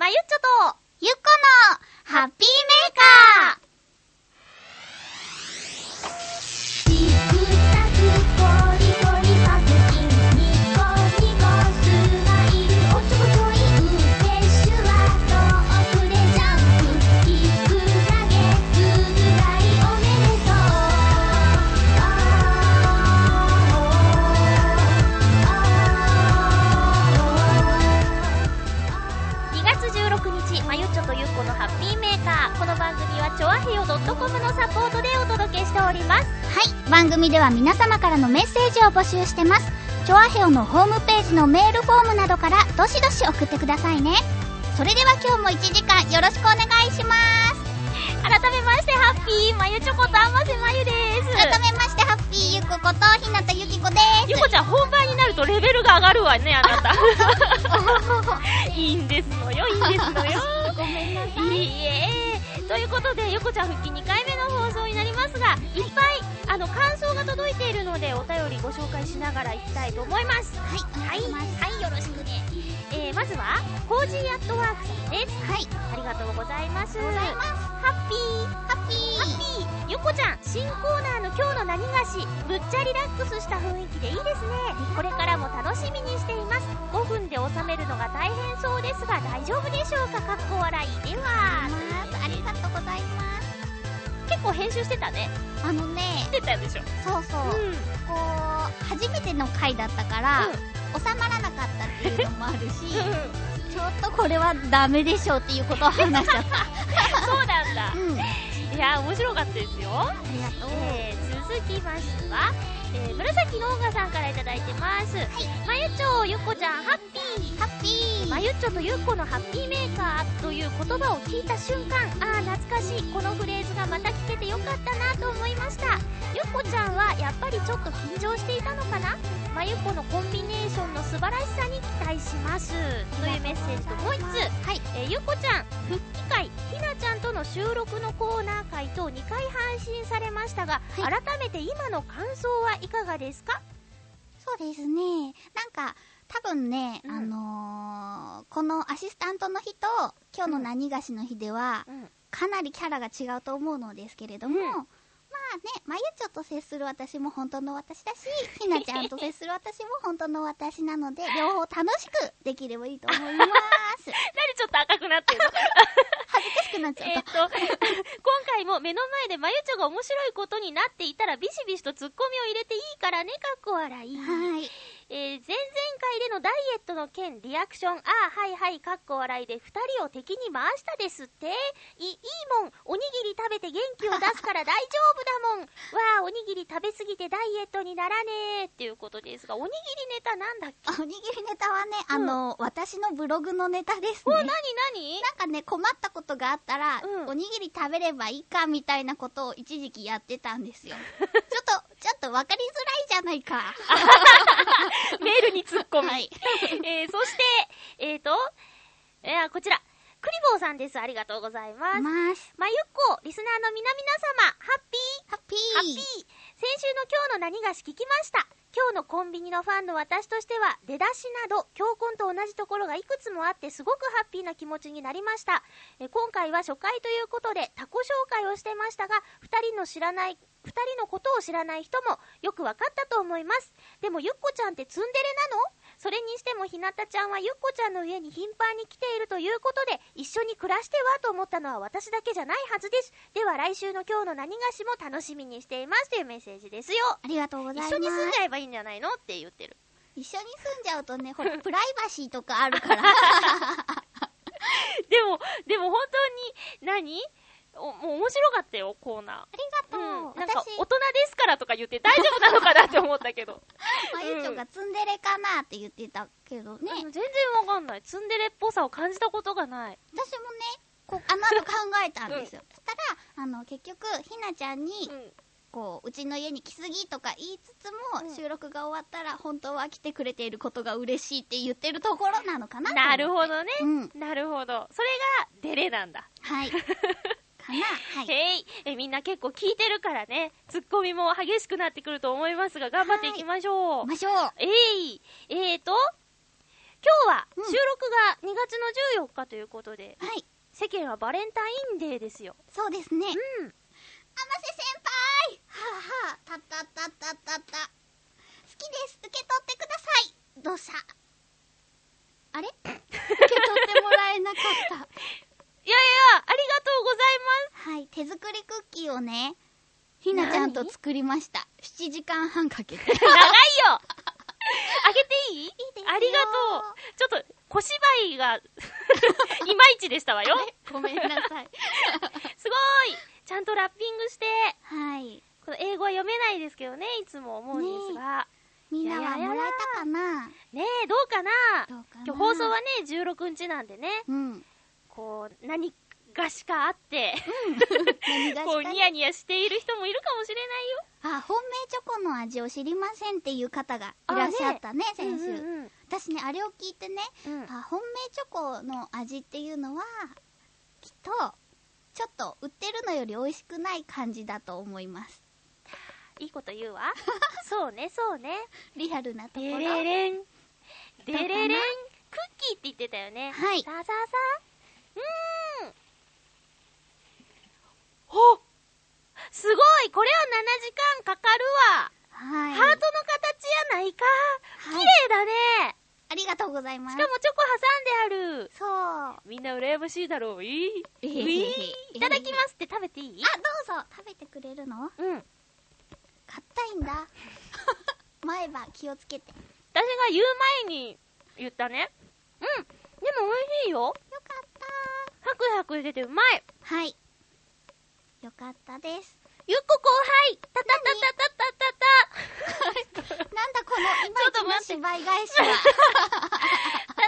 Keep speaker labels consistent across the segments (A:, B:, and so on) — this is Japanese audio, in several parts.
A: ゆっちょと、
B: ゆっこのハッピーメーカーチクタクゴリゴリパクキンニコニコスマイルおちょこちょいウケシュワと遅れジャンプキクラゲつぐがいおめでとう
A: 2月16日、まゆっちょとゆっこのハッピーメーカー。この番組は、ちょわへよ .com のサポートでお届けしております。
B: はい番組では皆様からのメッセージを募集してますチョアヘオのホームページのメールフォームなどからどしどし送ってくださいねそれでは今日も1時間よろしくお願いします
A: 改めまして、ハッピー、まゆちょことあませまゆです。
B: 改めましてハッピーゆっこことひなたゆきこで
A: ゆこちゃん、本番になるとレベルが上がる わね、あなた。
B: す
A: いいんですのよ、いいんですのよ。
B: ごめんなさい
A: いいえ。ということで、ゆこちゃん復帰2回目の放送になりますが、いっぱい、あの、感想が届いているので、お便りご紹介しながらいきたいと思います。
B: はいお願いします
A: はい、よろしくね。えー、まずは、コージーアットワークさんです。
B: はい
A: ありがとうございます。
B: ございます
A: ハッピー。
B: ハッピー
A: ハッピー。ゆこちゃん、新コーナーの今日の何菓子、ぶっちゃリラックスした雰囲気でいいですね。これからも楽しみにしています。5分で収めるのが大変そうですが、大丈夫でしょうかかっこ笑い。では、
B: ますありがとうございます
A: 結構編集してたね。
B: あのね
A: してたでしょ。
B: そうそう、
A: う
B: こ
A: ん。
B: う初めての回だったから、収まらなかったっていうのもあるしちょっとこれはダメでしょうっていうことを話しちゃった
A: そうなんだ。
B: うん、あ
A: いや、面白かったですよ。
B: りがとう。
A: えー続きましては、えー紫のオーガさんからいただいてます。まゆちょ、ゆこちゃん、ハッピー。
B: ハッピー。
A: まゆっちょとゆうこのハッピーメーカーという言葉を聞いた瞬間ああ懐かしいこのフレーズがまた聞けてよかったなと思いましたゆっこちゃんはやっぱりちょっと緊張していたのかなまゆっこのコンビネーションの素晴らしさに期待しますというメッセージともう一つ
B: はい。
A: えーゆっこちゃん復帰会ひなちゃんとの収録のコーナー会と2回配信されましたが、
B: は
A: 改めて今の感想はいかがですか
B: そうですね。なんか、多分ね、
A: うん
B: あのーこのアシスタントの日と、今日の何菓子の日では、
A: うん
B: かなりキャラが違うと思うのですけれども、
A: うん
B: まあね、まゆちょと接する私も本当の私 だし、ひなちゃんと接する私も本当の私な ので、両方楽しくできればいいと思い ま
A: 何
B: す。
A: ちょっと赤くなってるの
B: 恥ずかしくなっちゃっ
A: えー
B: た
A: っ。と、 今回も目の前でまゆちょが面白いことになっていたらビシビシとツッコミを入れていいからね、かっこ笑い。
B: はい。
A: えー前々回でのダイエットの件、リアクション、ああ、はいはい、かっこ笑いで2人を敵に回したですって。い、いいもん、おにぎり食べて元気を出すから大丈夫だもん。わ あ、おにぎり食べすぎてダイエットにならねえっていうことですが、おにぎりネタなんだっけ
B: おにぎりネタはね、あの、私のブログのネタです
A: お、なに
B: ね。
A: なに
B: なんかね、困ったことがあったら、
A: うん
B: おにぎり食べればいいかみたいなことを一時期やってたんで すよ。ちょっと、ちょっと分かりづらいじゃないか。
A: メールに突っ込み。
B: はい
A: えーそして、えっ、と、えーこちら、クリボーさんです。ありがとうございます。ま
B: ます。
A: ゆっこ、リスナーの皆々様、ハッピー
B: ハッピ
A: ハッピー
B: ー。
A: 先週の今日の何がし聞きました今日のコンビニのファンの私としては出だしなど教コンと同じところがいくつもあってすごくハッピーな気持ちになりましたえ今回は初回ということで他己紹介をしてましたが2人の知らない2人のことを知らない人もよく分かったと思いますでもゆっこちゃんってツンデレなのそれにしてもひなたちゃんはゆっこちゃんの家に頻繁に来ているということで一緒に暮らしてはと思ったのは私だけじゃないはずですでは来週の今日の何がしも楽しみにしていますというメッセージですよ
B: ありがとうござい
A: 一
B: ます。
A: 緒に住んじゃえばいいんじゃないのって言ってる
B: 一緒に住んじゃうとね、ほら、プライバシーとかある から。
A: でもでも本当に何おもう面白かったよコーナー
B: ありがとう。
A: なんか
B: 私、
A: 大人ですからとか言って大丈夫なのかなって思ったけ ど、
B: まゆちょがツンデレかなって言ってたけどね。
A: あの全然わかんないツンデレっぽさを感じたことがない
B: 私もね、こう、あの後考えたんですよ。そしたら、あの、結局、ひなちゃんに、
A: うん
B: こううちの家に来すぎとか言いつつも、
A: うん
B: 収録が終わったら本当は来てくれていることが嬉しいって言ってるところなのかな
A: なる
B: ほ
A: ほどね、
B: うん
A: なるほどそれがデレなんだ
B: はいかなはい
A: へいえみんな結構聞いてるからねツッコミも激しくなってくると思いますが頑張っていきましょう、
B: ましょう
A: えいえーと今日は
B: うん
A: 収録が2月の14日ということで、
B: はい。
A: 世間はバレンタインデーですよ。
B: そうですね。
A: うん。
B: 甘瀬先輩はあ、はあ、たったったったったった。好きです。受け取ってください。どうしたあれ受け取ってもらえなかった。
A: いやいや、ありがとうございます。
B: はい、手作りクッキーをね、ひなちゃんと作りました。7時間半かけて。
A: 長い よあげていい
B: すよ
A: ありがとう。ちょっと、小芝居が、 いまいちでしたわよ。
B: ごめんなさい。
A: すごいちゃんとラッピングして、
B: はい。
A: この英語は読めないですけどね、いつも思うんですが。
B: みんなはもらえたかな
A: ねえ、どうかな
B: どうかな
A: 今日放送はね、16日なんでね、
B: うん。
A: こう、何がしかあって、
B: 何がし
A: こう、
B: か
A: ニヤニヤしている人もいるかもしれないよ。
B: あ、本命チョコの味を知りませんっていう方がいらっしゃったね、先週。
A: うんうん
B: 私ね、あれを聞いてね、
A: うん
B: あ本命チョコの味っていうのは、きっと、ちょっと売ってるのより美味しくない感じだと思います。
A: いいこと 言うわ。そうね、そうね。
B: リアルなとこ
A: デ
B: ろ。
A: レレン。デ
B: かな
A: レレン。クッキーって言ってたよね。
B: はい
A: さあさあさあ。うーん。おすごいこれは7時間かかるわ、
B: はい。
A: ハートの形やないか綺
B: はい
A: 麗だね
B: ありがとうございま
A: し
B: す。
A: かもチョコ挟んである
B: そう。あ、
A: みんな羨ましいだろういい
B: えへへへ
A: ういいただきますって食べていい
B: どうぞ。食べてくれるの
A: うん
B: 硬いん だ。前歯気をつけて。よか
A: 私が言う前に言ったねうんでも美味しいよ
B: った
A: ハクハク出てうまい
B: はい。よかった です。
A: ゆっこ後輩たたたたたたたたたたたたたた
B: なんだこの、今
A: ちょっと
B: の
A: 待って
B: 芝居返しは。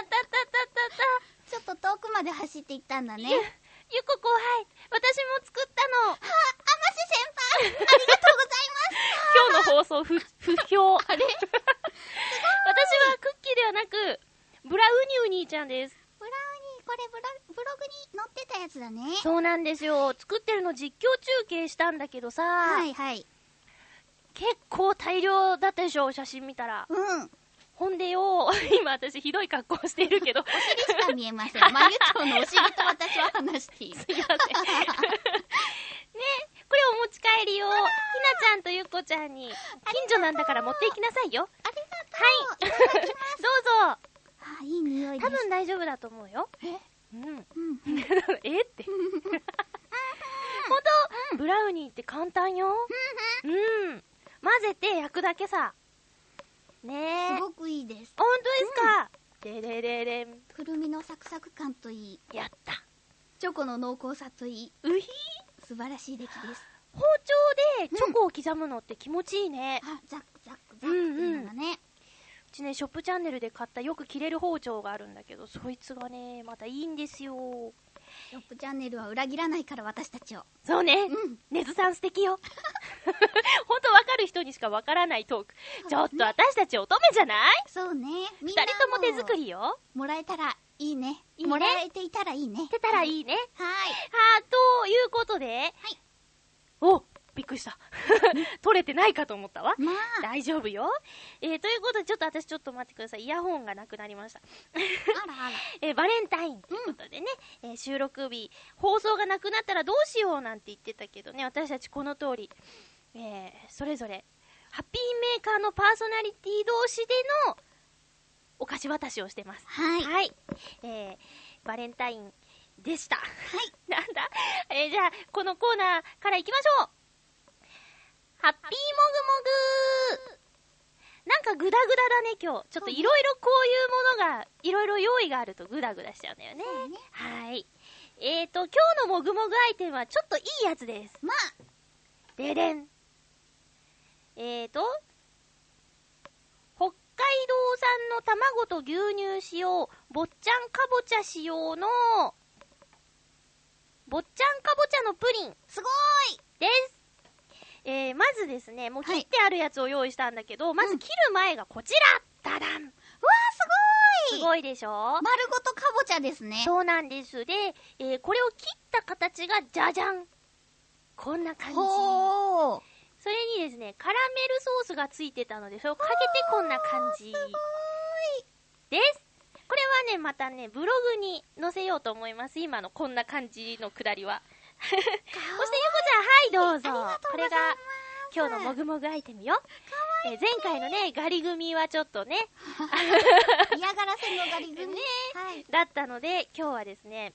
A: た
B: ちょっと遠くまで走っていったんだね。
A: ゆゆっこ後輩私も作ったの
B: はあ、あませ先輩、あり
A: 今日
B: がとうございます。
A: の放送不不評あれ私はクッキーではなくブラウニウニーちゃんです
B: ブラウニー、これブラブログに載ってたやつだね。
A: そうなんですよ作ってるの実況中継したんだけどさ、
B: はいはい。
A: 結構大量だったでしょ写真見たら
B: うん。お
A: ほんでよ 今私ひどい格好しているけど
B: 尻しか見えま せん。マユチョウのお尻と私は話してい る。
A: すいませんねこれお持ち帰りをひなちゃんとゆっこちゃんに近所なんだから持っていきなさ いよ
B: ありが
A: はい
B: とう。
A: どうぞ
B: あ、いい匂いです。
A: 多分大丈夫だと思うよ
B: え、
A: うん
B: うん。
A: えって本当ブラウニーって簡単ようん混ぜて焼くだけさねえ
B: すごくいいです。
A: 本当ですか、でれれれん
B: くるみのサクサク感といい、
A: やった
B: チョコの濃厚さといい、
A: うひ
B: 素晴らしい出来です。
A: 包丁でチョコを刻むのって気持ちいいね、う
B: あ、ザックザックザックっていうのがね。
A: ちねショップチャンネルで買ったよく切れる包丁があるんだけどそいつがねまたいいんですよ
B: ショップチャンネルは裏切らないから私たちを。
A: そうね、
B: うん。
A: 根津さん素敵よ本当わかる人にしかわからないトークちょっと私たち乙女じゃない
B: そうね。みん
A: 二
B: な
A: 人とも手作
B: り。
A: りよ
B: もらえたらいいね。
A: いいね
B: もらえていたらいいね。
A: てたらいいね
B: は
A: はあということで、おびっくりした 取れてないかと思ったわ
B: い。まあ、
A: 大丈夫よ、えー、ということでちょっと私ちょっと待ってくださいイヤホンがなくなりました
B: あらあら。
A: えーバレンタインということでね、えー収録日、放送がなくなったらどうしようなんて言ってたけどね、私たちこの通り、えーそれぞれ、ハッピーメーカーのパーソナリティ同士でのお菓子渡しをしてます。
B: はい。はい。
A: えーバレンタインでした。 なんだ、えーじゃあ、このコーナーから行きましょうハッピーモグモグなんかグダグダだね、今日。ちょっといろいろこういうものが、いろいろ用意があるとグダグダしちゃうんだよね。
B: そうね
A: はい。えーと、今日のもぐもぐアイテムはちょっといいやつです。
B: まあ、
A: ででん。えーと、北海道産の卵と牛乳使用、坊っちゃんかぼちゃ使用の、坊っちゃんかぼちゃのプリン
B: すごーい。
A: です。えー、まずですね、もう切ってあるやつを用意したんだけど、まず切る前がこちら、ダダン
B: うわー、すごーい。
A: すごいでしょ
B: 丸ごとかぼちゃですね。
A: そうなんです。で、えーこれを切った形がじゃじゃんこんな感じ。
B: ほー。
A: それにですね、カラメルソースがついてたので、それをかけてこんな感じ
B: すごーい。
A: です。これはね、またね、ブログに載せようと思います。今のこんな感じのくだりは。そして、ゆこちゃん、はい、どうぞ。
B: ありがとう
A: こ
B: ござ
A: れ
B: い
A: が
B: ます
A: 今日のもぐもぐアイテムよ。えー前回のね、ガリ組はちょっとね、
B: 嫌がらせのガリ組
A: ね
B: はい
A: だったので、今日はですね、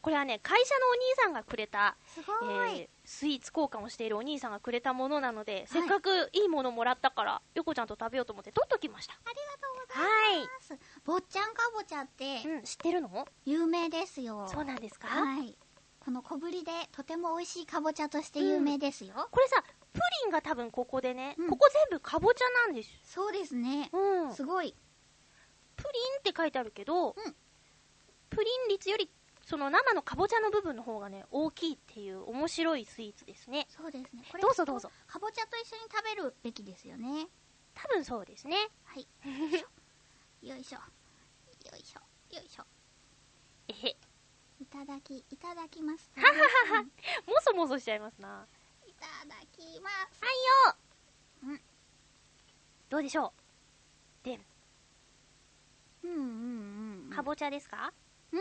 A: これはね、会社のお兄さんがくれた、
B: すごい、
A: えースイーツ交換をしているお兄さんがくれたものなので、せっかくいいものもらったから、ゆこちゃんと食べようと思って取っときました。
B: ありがとうござい
A: はい。
B: ます、坊っちゃんかぼちゃって
A: うん、知ってるの
B: 有名ですよ
A: そうなんですか、
B: はいこの小ぶりでとても美味しいかぼちゃとして有名ですよ、
A: これさ、プリンが多分ここでね、
B: うん
A: ここ全部かぼちゃなんです。
B: そうですね、
A: うん。プ
B: すごい
A: リンって書いてあるけど、
B: ん
A: プリン率より、その生のかぼちゃの部分の方がね、大きいっていう面白いスイーツですね。
B: そうですねこ
A: どうぞどうぞ
B: かぼちゃと一緒に食べるべきですよね
A: 多分そうですね。
B: はいよいしょよいしょよいしょ
A: えへ。
B: いただきいただきます
A: はははは。もそもそしちゃいますな。
B: いただきます
A: はいよ
B: うん
A: どうでしょ
B: うんうんうん
A: うかぼちゃですか、
B: うん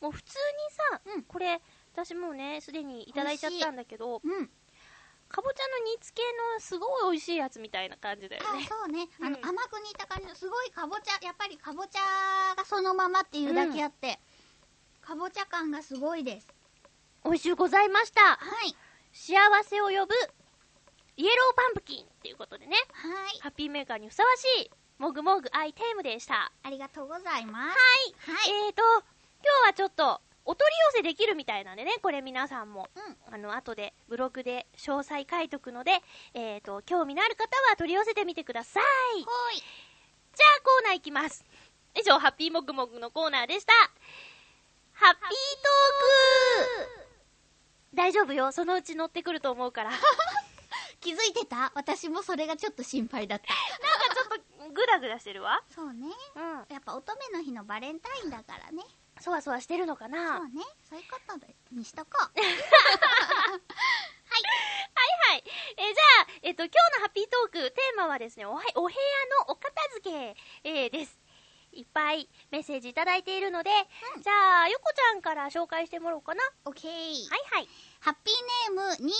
A: もう普通にさ、
B: うん
A: これ、私もうね、すでにいただいちゃったんだけど、
B: うん
A: かぼちゃの煮付けのすごい美味しいやつみたいな感じだよ
B: あ
A: ね。
B: そうね、あの
A: うん
B: 甘く煮た感じのすごいかぼちゃやっぱりかぼちゃがそのままっていうだけあって、かぼちゃ感がすごいです
A: 美味しゅうございました。
B: はい
A: 幸せを呼ぶ、イエローパンプキンっていうことでね、
B: はい
A: ハッピーメーカーにふさわしい、もぐもぐアイテムでした。は
B: ありがとうございます
A: い。
B: はい
A: えーと、今日はちょっと、お取り寄せできるみたいなんでね、これ皆さんも。
B: うん
A: あの、後でブログで詳細書いとくので、えーと、興味のある方は取り寄せてみてください。
B: ほい
A: じゃあコーナーいきます。以上、ハッピーモグモグのコーナーでした。ハッピートーク大丈夫よ、そのうち乗ってくると思う から。なんか
B: 気づいてた私もそれがちょっと心配だった
A: ちょっとグダグダしてるわ。
B: そうね
A: うん。
B: やっぱ乙女の日のバレンタインだからね
A: そわそわしてるのかな
B: そうねそういうことにしとこう
A: はいはい。えーじゃあ、えっ、と、今日のハッピートーク、テーマはですね、おはお部屋のお片付け、えーです。いっぱいメッセージいただいているので、
B: うん
A: じゃあ、ゆこちゃんから紹介してもらおうかな。
B: オッケー
A: はいはい。
B: ハッピーネーム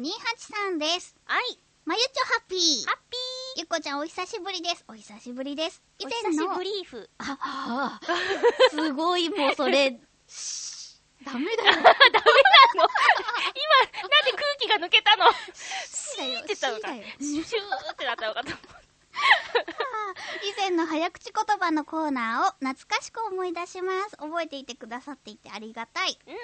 B: 281028さんです
A: はい。
B: まゆちょハッピー
A: ハッピ
B: ゆっこちゃんお久しぶりですお久しぶりです以
A: ーお
B: 前
A: 久
B: の
A: しぶりーふ。
B: ああすごいもうそれシーダメだよ
A: ダメなの 今、なんで空気が抜けたの
B: シーだよ
A: って言ったのか
B: シーだよ。
A: シュシューってなったのかと思った。
B: 以前の早口言葉のコーナーを懐かしく思い出します覚えていてくださっていてありがたい
A: うん。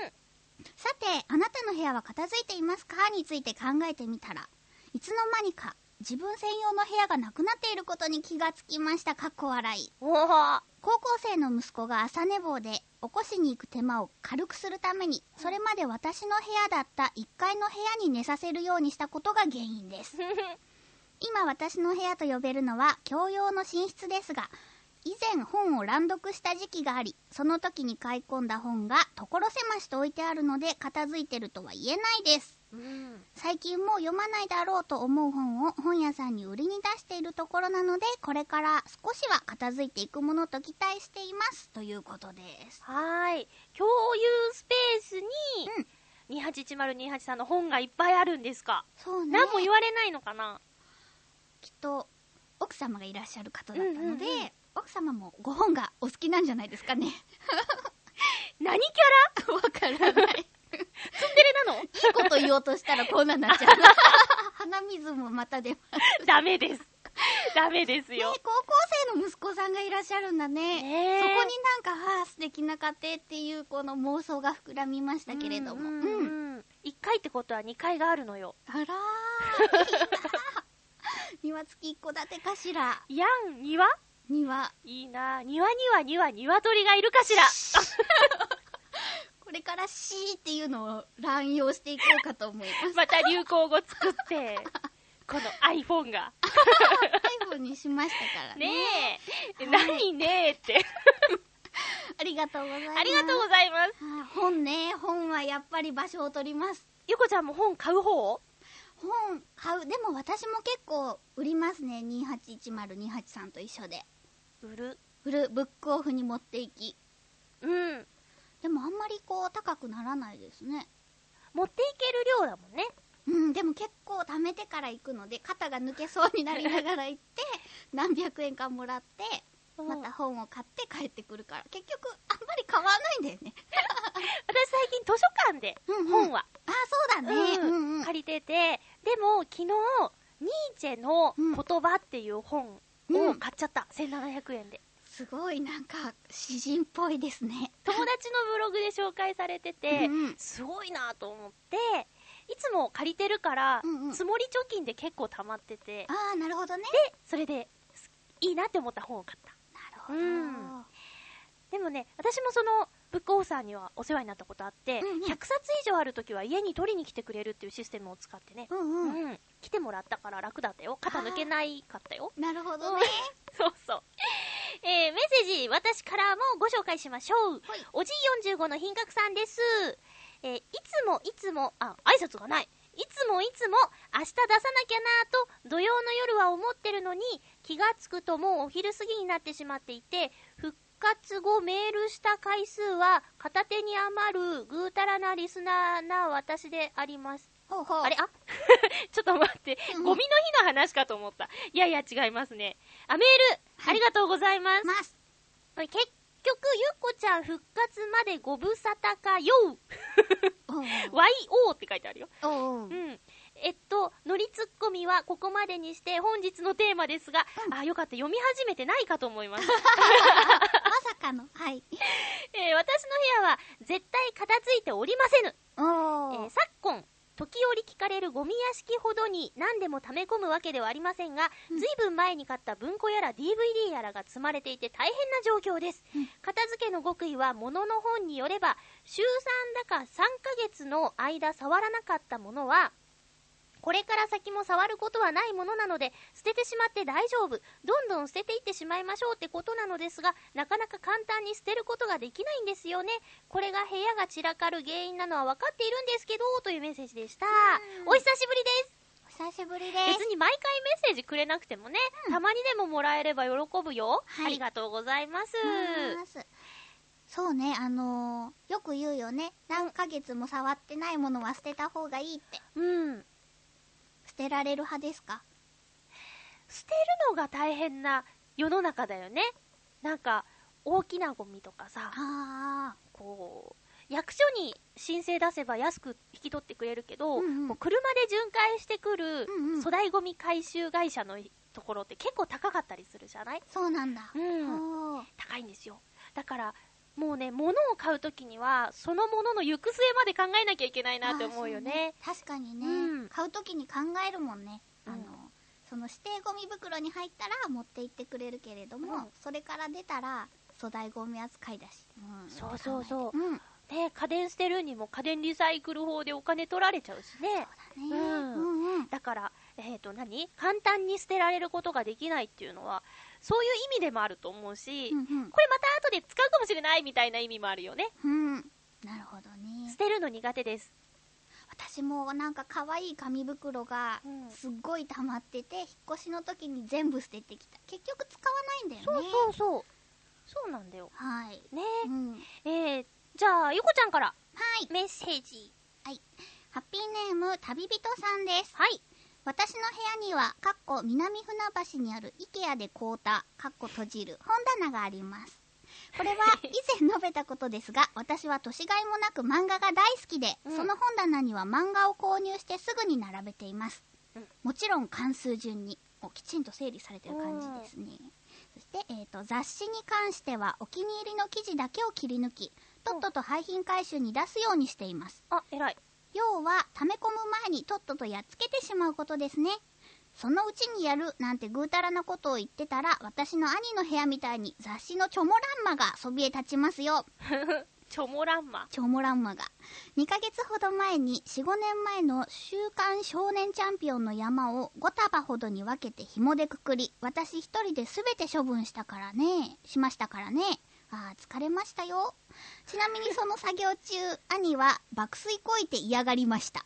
B: さてあなたの部屋は片付いていますかについて考えてみたらいつの間にか自分専用の部屋がなくなっていることに気がつきましたかっこ笑い
A: おー。
B: 高校生の息子が朝寝坊で起こしに行く手間を軽くするためにそれまで私の部屋だった1階の部屋に寝させるようにしたことが原因です今私の部屋と呼べるのは共用の寝室ですが以前本を乱読した時期がありその時に買い込んだ本が所狭しと置いてあるので片付いてるとは言えないです
A: うん。
B: 最近もう読まないだろうと思う本を本屋さんに売りに出しているところなのでこれから少しは片付いていくものと期待していますということです
A: はーい。共有スペース
B: うん
A: に、281028さんの本がいっぱいあるんですか。
B: そうね
A: 何も言われないのかな
B: きっと奥様がいらっしゃる方だったので、
A: うんうんうん
B: 奥様もご本がお好きなんじゃないですかね
A: 何キャラわから ない。ツンデレなの
B: いいこと言おうとしたらこんなになっちゃう 鼻水もまた出ますね
A: ダメです。 ダメですよ
B: 高。校生の息子さんがいらっしゃるんだね
A: ねえ
B: そこになんかはあ素敵な家庭っていうこの妄想が膨らみましたけれども
A: うん
B: うん
A: うんうん。1階ってことは2階があるのよ。
B: あらー、いいな庭付き一戸建てかしら。
A: やん、庭
B: 庭。
A: いいなぁ。庭には庭、鶏がいるか しら。
B: これからしーっていうのを乱用していこうかと思います。
A: また流行語作 って、この iPhone が。
B: 最後にしましたからね。
A: ねえ。何ねえって。
B: ありがとうございます。
A: ありがとうございます。
B: あー本ね、本はやっぱり場所を取ります。
A: ゆこちゃんも本買う方
B: 本買う。でも私も結構売りますね。2810、28さんと一緒で。
A: 売る。
B: 売るブックオフに持っていき
A: うん。
B: でもあんまりこう高くならないですね
A: 持っていける量だもんね。
B: うんでも結構貯めてから行くので肩が抜けそうになりながら行 って何百円かもらって
A: うん
B: また本を買って帰ってくるから結局あんまり買わないんだよね
A: 私最近図書館で
B: うんうん
A: 本は、
B: あそうだね、うんうん
A: 借りてて、でも昨日、ニーチェの
B: うん
A: 言葉っていう本
B: う
A: を
B: ん
A: 買っちゃった。1700円で。
B: すごいなんか詩人っぽいですね
A: 友達のブログで紹介されてて、
B: うんうん
A: すごいなと思って、いつも借りてるから、
B: うんうん
A: 積もり貯金で結構溜まってて、
B: ああなるほどね
A: で、それで、すいいなって思った本を買った。
B: なるほど、
A: うんでもね、私もその、ブックオフさんにはお世話になったことあって、
B: うんうん
A: 100冊以上あるときは家に取りに来てくれるっていうシステムを使ってね、
B: うんうん、
A: うん、来てもらったから楽だったよ。肩抜けないかったよ。
B: なるほどね
A: そうそう。えーメッセージ、私からもご紹介しましょう。
B: はい
A: おじい45の品格さんです。えーいつもいつも、あ、挨拶がない。いつもいつも明日出さなきゃなぁと土曜の夜は思ってるのに気がつくともうお昼過ぎになってしまっていて復活後メールした回数は片手に余るぐうたらなリスナーな私であります。
B: ほうほう
A: あれあ ちょっと待って、
B: うん
A: ゴミの日の話かと思った。いやいや、違いますね。あ、メール、あ
B: はい
A: りがとうございます。
B: ます
A: はい結局、ゆっこちゃん復活までご無沙汰かよ
B: おう
A: !YO って書いてあるよ。
B: おう
A: うん。えっと、乗りツッコミはここまでにして本日のテーマですが、あ、よかった、読み始めてないかと思います。
B: まさかのはい
A: えー私の部屋は絶対片付いておりませぬ。
B: おお、
A: えー昨今時折聞かれるゴミ屋敷ほどに何でも溜め込むわけではありませんが、
B: うん
A: ずいぶん前に買った文庫やら DVD やらが積まれていて大変な状況です、
B: うん
A: 片付けの極意は物の本によれば週3だか3ヶ月の間触らなかったものはこれから先も触ることはないものなので捨ててしまって大丈夫どんどん捨てていってしまいましょうってことなのですがなかなか簡単に捨てることができないんですよねこれが部屋が散らかる原因なのは分かっているんですけどというメッセージでした
B: うん
A: お久しぶりです
B: お久しぶりで
A: 別に毎回メッセージくれなくてもね、
B: うん
A: たまにでももらえれば喜ぶよ、
B: はい
A: ありがとうございます、
B: す。そうね、あのーよく言うよね。何ヶ月も触ってないものは捨てた方がいいって。
A: うん
B: 捨てられる派ですか
A: 捨てるのが大変な世の中だよねなんか大きなゴミとかさ
B: あ
A: こう役所に申請出せば安く引き取ってくれるけど、
B: うんうん
A: こう車で巡回してくる
B: うんうん
A: 粗大ごみ回収会社のところって結構高かったりするじゃない、
B: ー、そうなんだ。
A: うん、
B: おー
A: 高いんですよだからもうね物を買う時にはその物の行く末まで考えなきゃいけないなって思うよね
B: あーそう確かにね、
A: うん
B: 買うときに考えるもんね。あの
A: うん
B: その指定ゴミ袋に入ったら持って行ってくれるけれども、
A: うん
B: それから出たら粗大ゴミ扱いだし、うん
A: そうそうそう
B: って考えてうん
A: ね家電捨てるにも家電リサイクル法でお金取られちゃうしね
B: そうだね、
A: うん
B: うんうん
A: だから、えー、と何簡単に捨てられることができないっていうのはそういう意味でもあると思うし、
B: うんうん
A: これまた後で使うかもしれないみたいな意味もあるよね。
B: うんなるほどね
A: 捨てるの苦手です。
B: 私もなんか可愛い紙袋が
A: うん
B: すっごい溜まってて、引っ越しの時に全部捨ててきた結局使わないんだよね
A: うそう。そうなんだよ。
B: はい、
A: ね
B: うん、は
A: えー、じゃあ、ゆこちゃんから
B: い
A: メッセージ。
B: ハッピーネーム旅人さんです
A: はい。
B: 私の部屋にはかっこ南船橋にある IKEA で買うたかっこ閉じる本棚がありますこれは以前述べたことですが私は年がいもなく漫画が大好きで、
A: うん
B: その本棚には漫画を購入してすぐに並べています、
A: うん
B: もちろん関数順におきちんと整理されてる感じですねそして、えー、と雑誌に関してはお気に入りの記事だけを切り抜きとっとと廃品回収に出すようにしています
A: あ、偉い。
B: 要は溜め込む前にとっととやっつけてしまうことですねそのうちにやるなんてぐうたらなことを言ってたら私の兄の部屋みたいに雑誌のチョモランマがそびえ立ちますよ
A: チョモランマ。
B: チョモランマが2ヶ月ほど前に45年前の「週刊少年チャンピオン」の山を5束ほどに分けて紐でくくり私一人で全て処分したからねしましたからねあー疲れましたよちなみにその作業中兄は爆睡こいて嫌がりました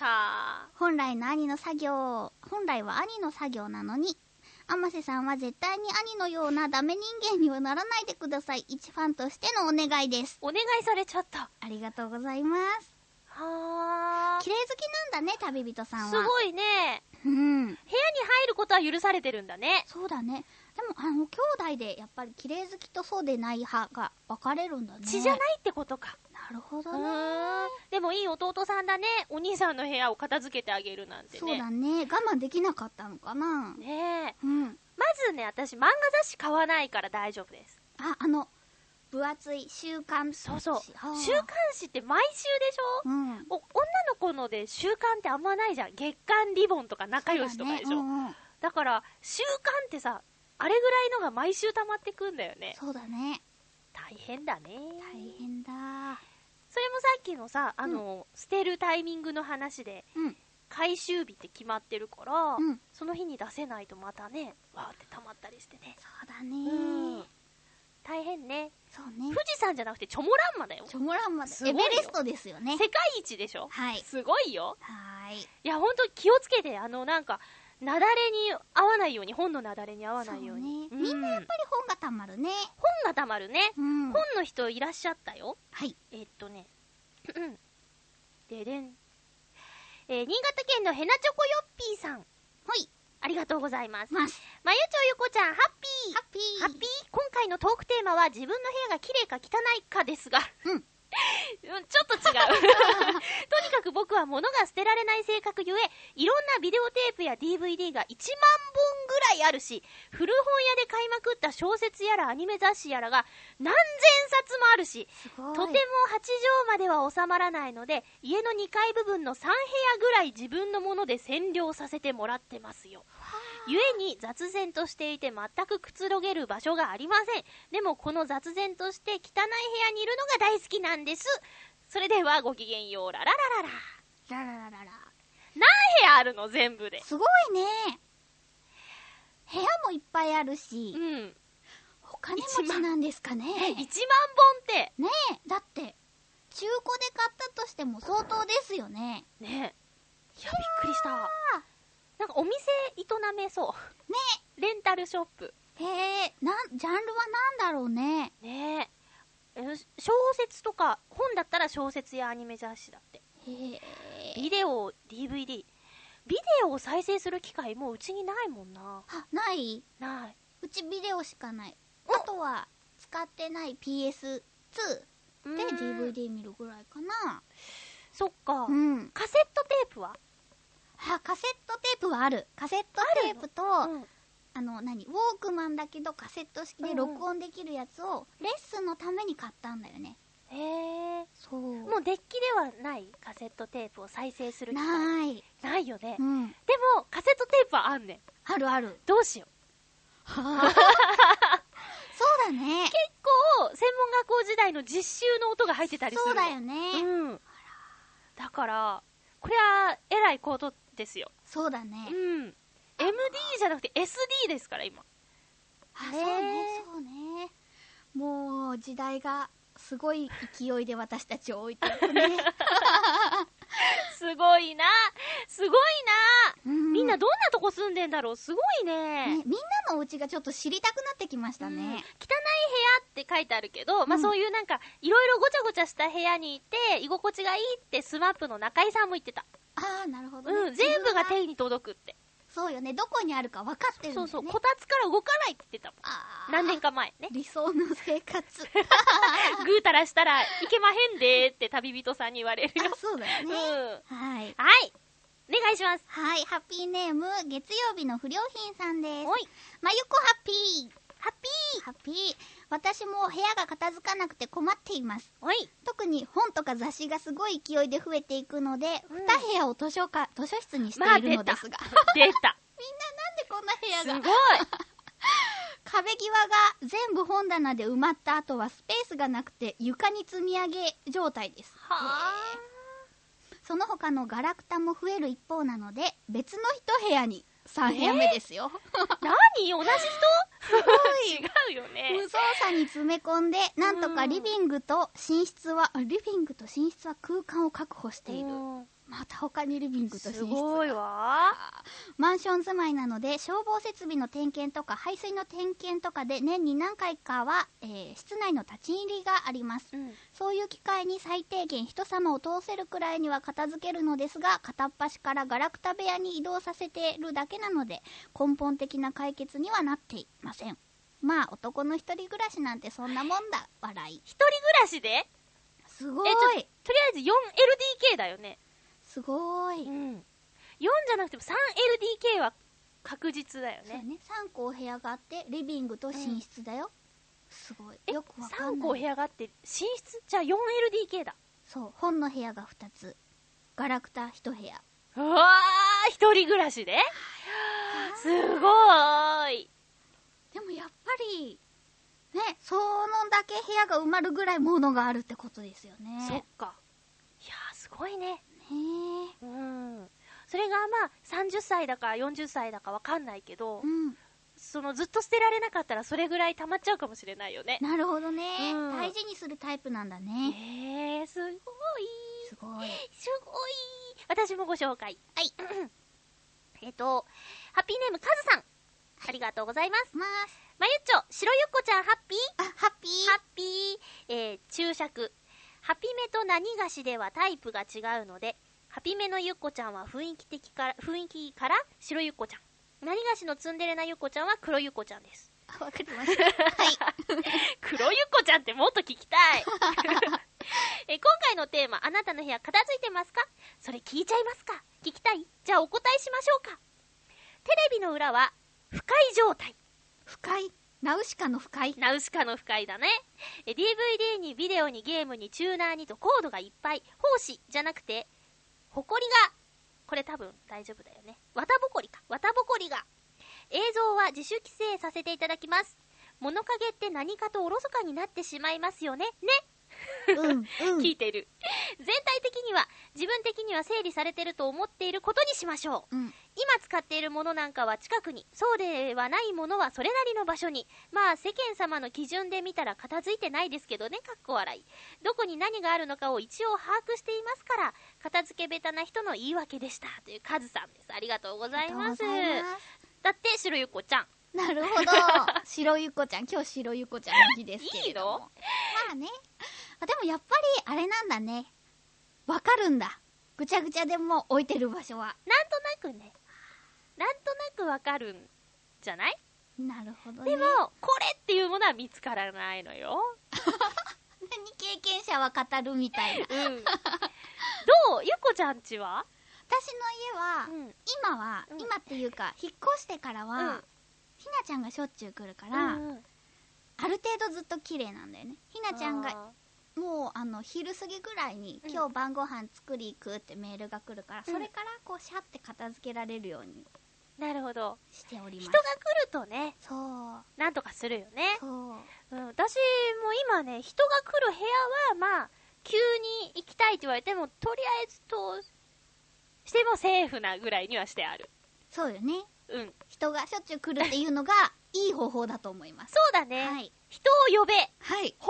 A: はあ。
B: 本来の兄の作業本来は兄の作業なのに天瀬さんは絶対に兄のようなダメ人間にはならないでください。一ファンとしてのお願いです。
A: お願いされちゃった。
B: ありがとうございます。
A: は
B: 綺麗好きなんだね、旅人さん
A: あ。
B: は。
A: すごいね。
B: うん。
A: 部屋に入ることは許されてるんだね。
B: そうだね。でも、あの、兄弟でやっぱり綺麗好きとそうでない派が分かれるんだね。
A: 血じゃないってことか。
B: なるほ
A: う
B: どね。
A: ーん。でもいい弟さんだね。お兄さんの部屋を片付けてあげるなんてね。
B: そうだね。我慢できなかったのかな。
A: ねえ。
B: うん。
A: まずね、私漫画雑誌買わないから大丈夫です。
B: あ、あの、分厚い週刊誌。
A: そうそう。
B: あー
A: 週刊誌って毎週でしょ、
B: うん。
A: お女の子ので週刊ってあんまないじゃん。月刊リボンとか仲良しとかでしょ。だ
B: そうだねうんうん
A: から、週刊ってさ、あれぐらいのが毎週溜まってくんだよね。
B: そうだね。
A: 大変だね。
B: 大変だ。
A: それもさっきのさ、あの、捨てるタイミングの話で、
B: うん。
A: 回収日って決まってるから、
B: うん
A: その日に出せないとまたね、わーって溜まったりしてね。
B: そうだ
A: うん
B: ね。
A: 大変ね。
B: そう
A: 富
B: ね。
A: 士山じゃなくてチョモランマだよ。
B: チョモランマです
A: ご
B: エ
A: い
B: ベ
A: よ
B: レストですよね
A: 世。界一でしょ
B: はい
A: すごいよ。
B: はーい。
A: いや、ほんと気をつけて、あの、なんか、雪崩に合わないように、本の雪崩に合わ
B: そ
A: な
B: う
A: いよう
B: ね
A: に。。
B: みんなやっぱ
A: り。
B: り本がたまるね。
A: 本がたまるね。
B: うん。
A: 本の人いらっしゃったよ。
B: はい。
A: えっとね、うんででん。えー新潟県のヘナチョコヨッピーさん。
B: ほい。
A: ありがとうございます。まゆ
B: ま
A: ちょ
B: す。
A: ゆこちゃん、ハッピー
B: ハッピー。
A: ハッピー今回のトークテーマは自分の部屋が綺麗か汚いかですが、
B: うん
A: うんちょっと 違う。と にかく僕は物が捨てられない性格ゆえ、いろんなビデオテープや DVD が1万本ぐらいあるし、古本屋で買いまくった小説やらアニメ雑誌やらが何千冊もあるし、
B: すご
A: と
B: い。
A: ても8畳までは収まらないので、家の2階部分の3部屋ぐらい自分のもので占領させてもらってますよ。ゆえに雑然としていて全くくつろげる場所がありません。でもこの雑然として汚い部屋にいるのが大好きなんです。それではごきげんよう、ラララララ。
B: ラララララ。
A: 何部屋あるの全部で。
B: すごいね。部屋もいっぱいあるし
A: う、ん。
B: お金持ちなんですかね。
A: 1万本って、
B: ねえ、だって、中古で買ったとしても相当ですよね。
A: ねえ。いや、びっくりした。なんかお店営めそう。
B: ね
A: レンタルショップ。
B: え、へえ、なん、ジャンルはなんだろうね。
A: ねえ。え小説とか、本だったら小説やアニメ雑誌だって。
B: へえ。
A: ビデオ、DVD。ビデオを再生する機会もううちにないもんな。
B: あ、ない
A: ないう
B: ちビデオしかない。
A: お
B: あとは、使ってない PS2
A: で
B: で DVD 見るぐらいかな。
A: そっか、
B: うん。
A: カセットテープは
B: あ、カセットテープはある。カセットテープと、
A: う
B: あ
A: ん
B: の、何、ウォークマンだけどカセット式
A: うんう
B: で
A: ん
B: 録音できるやつを、レッスンのために買ったんだよね。
A: へえ
B: そう。
A: もうデッキではないカセットテープを再生する機会
B: ない。
A: ないよね、
B: うん。
A: でもカセットテープはあんねん
B: ある ある。
A: どうしよう
B: そうだ ね。
A: 結構専門学校時代の実習の音が入ってたりする
B: そうだよ
A: ね、
B: ね。
A: うんだからこれはえらいことですよ
B: そうだね
A: う。ん MD じゃなくて SD ですから今
B: あ、
A: あ
B: そうね
A: ね、
B: そうね。もう、時代が、すごい勢いで私たちを置いていくね。
A: すごいなすごいな、
B: う
A: みんな、どんなとこ住んでんだろうすごい
B: ね、みんなのお家がちょっと知りたくなってきました
A: うん汚い部屋
B: ね。
A: って書いてあるけど、まあ
B: うん
A: そういうなんか、いろいろごちゃごちゃした部屋にいて、居心地がいいってスマップの中井さんも言ってた。
B: ああ、なるほどね、
A: うん、全部が
B: 自分は
A: 手に届くって。
B: そうよね、どこにあるか分かってるんだ
A: そ
B: よ
A: う
B: ね。
A: そう、こたつから動かないって言ってたも
B: あー
A: ん。何年か前ね。
B: 理想の 生活。
A: ぐうたらしたらいけまへんでーって旅人さんに言われるよ
B: あ。そうだ
A: う
B: よ
A: ん。
B: ね。
A: は
B: はい。
A: い。お願いします。
B: はい、ハッピーネーム、月曜日の不良品さんです。
A: おい。
B: まゆこハッピーハッピーハッピー私も部屋が片付かなくて困っています。
A: おい。
B: 特に本とか雑誌がすごい勢いで増えていくので、
A: うん
B: 2部屋を図書館、図書室にして
A: まあ
B: いる
A: 出
B: の
A: た。出
B: ですが。
A: た。
B: みんななんでこんな
A: す
B: 部
A: ご
B: 屋
A: い
B: が。壁際が全部本棚で埋まった後はスペースがなくて床に積み上げ状態です。
A: はあ。
B: その他のガラクタも増える一方なので、別の一部屋に3部屋目ですよ。
A: 何同じ人違うよ
B: 無
A: ね。
B: 造作に詰め込んで、なんとかリビングと寝室は、あリビングと寝室は空間を確保している。
A: うん
B: また他にリビングと寝室
A: すごいわ
B: マンション住まいなので消防設備の点検とか排水の点検とかで年に何回かは、えー室内の立ち入りがあります、
A: うん
B: そういう機会に最低限人様を通せるくらいには片付けるのですが片っ端からガラクタ部屋に移動させてるだけなので根本的な解決にはなっていませんまあ男の一人暮らしなんてそんなもんだ笑い
A: 一人暮らしでえ
B: すご
A: ち
B: い
A: ょとりあえず 4LDK だよね
B: すご
A: う
B: い、
A: ん4じゃなくても 3LDK は確実だよ
B: そう
A: ね
B: ね3個お部屋があってリビングと寝室だよ、すごい
A: え
B: よくわか
A: 3
B: んない
A: 個お部屋があって寝室じゃあ 4LDK だ
B: そう本の部屋が2つガラクタ1部屋
A: うわー一人暮らしですごーい
B: でもやっぱりねそのだけ部屋が埋まるぐらい物があるってことですよね
A: そっかいやーすごいね
B: ね
A: うんそれがまあ30歳だか40歳だかわかんないけど、
B: うん
A: そのずっと捨てられなかったらそれぐらい溜まっちゃうかもしれないよね
B: なるほどね、
A: うん
B: 大事にするタイプなんだ
A: え
B: ね
A: ー、すごい
B: すごい
A: すごい私もご紹介
B: はい
A: えっとハッピーネームカズさんありがとうございます
B: ます
A: まゆっちょ白ゆっこちゃんハッピー
B: あハッピー
A: ハッピー、えー注釈。ハピメと何菓子ではタイプが違うので、ハピメのゆっこちゃんは雰囲気的から、雰囲気から白ゆっこちゃん。何菓子のツンデレなゆっこちゃんは黒ゆっこちゃんです。
B: あわかりましたはい
A: 黒ゆっこちゃんってもっと聞きたい。 え今回のテーマ、あなたの部屋片付いてますかそれ聞いちゃいますか聞きたいじゃあお答えしましょうか。テレビの裏は、不快状態。
B: 不快ナウシカの不快
A: ナウシカの不快だね。え DVD にビデオにゲームにチューナーにとコードがいっぱい。奉仕じゃなくて、ホコリが。これ多分大丈夫だよね。綿ぼこりか。綿ぼこりが。映像は自主規制させていただきます。物陰って何かとおろそかになってしまいますよね。ね。
B: うん うん
A: 聞いてる。全体的には、自分的には整理されてると思っていることにしましょう。
B: うん
A: 今使っているものなんかは近くにそうではないものはそれなりの場所にまあ世間様の基準で見たら片付いてないですけどねかっこ笑いどこに何があるのかを一応把握していますから片付け下手な人の言い訳でしたというカズさんですありがとうございます
B: ありがとうございます
A: だって白ゆこちゃん
B: な るほど白ゆっこちゃん今日白ゆっこちゃんの日ですけれども
A: いいの
B: まあねあでもやっぱりあれなんだねわかるんだぐちゃぐちゃでも置いてる場所は
A: なんとなくねなんとなくわかるんじゃない
B: なるほどね
A: でも、これっていうものは見つからないのよ
B: 何経験者は語るみたいな私
A: う
B: の
A: んどうゆこちゃんちは
B: 家は、
A: うん
B: 今は、
A: うん
B: 今っていうか引っ越してからは、
A: うん
B: ひなちゃんがしょっちゅう来るから、
A: うんうん
B: ある程度ずっと綺麗なんだよねひなちゃんが
A: あー
B: もうあの昼過ぎぐらいに、
A: うん
B: 今日晩ご飯作り行くってメールが来るから、
A: うん
B: それからこうシャって片付けられるように
A: なるほど。
B: しておりま
A: 人
B: す
A: が来るとね、
B: そう
A: なんとかするよね。
B: そう
A: うん、私も今ね、人が来る部屋は、まあ、急に行きたいって言われても、とりあえずと、してもセーフなぐらいにはしてある。
B: そうよね
A: うん。
B: 人がしょっちゅう来るっていうのがいい方法だと思います
A: そうだね。
B: はい
A: 人を呼べ。
B: はい
A: ホームパ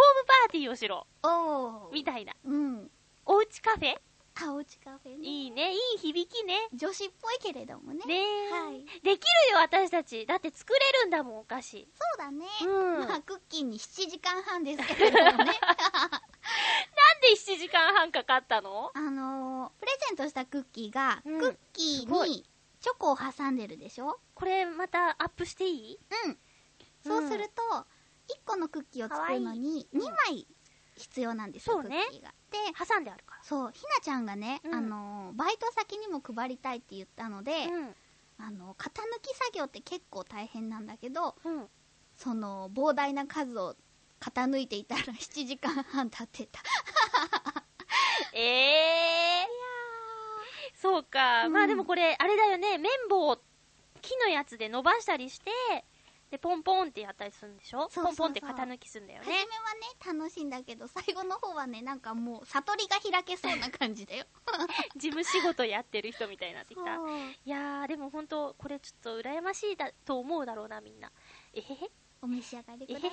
A: ーティーをしろ。
B: おお
A: みたいな。
B: うん
A: おうちカフェ
B: あおうちカフェね
A: いいね。いい響きね。
B: 女子っぽいけれどもね
A: ねえ、
B: はい
A: できるよ、私たち。だって作れるんだもん、お菓子。
B: そうだね、
A: うん
B: まあクッキーに7時間半ですけれど もね
A: なんで7時間半かかったの
B: あのープレゼントしたクッキーが、
A: うん
B: クッキ
A: すご
B: ー
A: い
B: にチョコを挟んでるでしょ
A: これ、またアップしていい
B: うん
A: う
B: そ
A: ん
B: うすると、1個のクッキーを作るのに
A: かわいい
B: 2枚必要なんですよ、
A: そうね
B: クッキーがで
A: 挟んであるか
B: そうひなちゃんがね、
A: うん
B: あのバイト先にも配りたいって言ったので、
A: ら。うん。
B: あの型抜き作業って結構大変なんだけど
A: うん。
B: その膨大な数を型抜いていたら7時間半経ってた
A: ええそうか、
B: うん
A: まあでもこれあれだよね綿棒を木のやつで伸ばしたりしてでポンポンってやったりするんでしょ
B: そうそうそう
A: ポンポンって型抜きするんだよ
B: 初めはね
A: ね
B: 楽しいんだけど最後の方はねなんかもう悟りが開けそうな感じだよ
A: 事務仕事やってる人みたいになってき
B: そう
A: たいやーでも本当これちょっと羨ましいだと思うだろうなみんなえへへ
B: お召し上がりください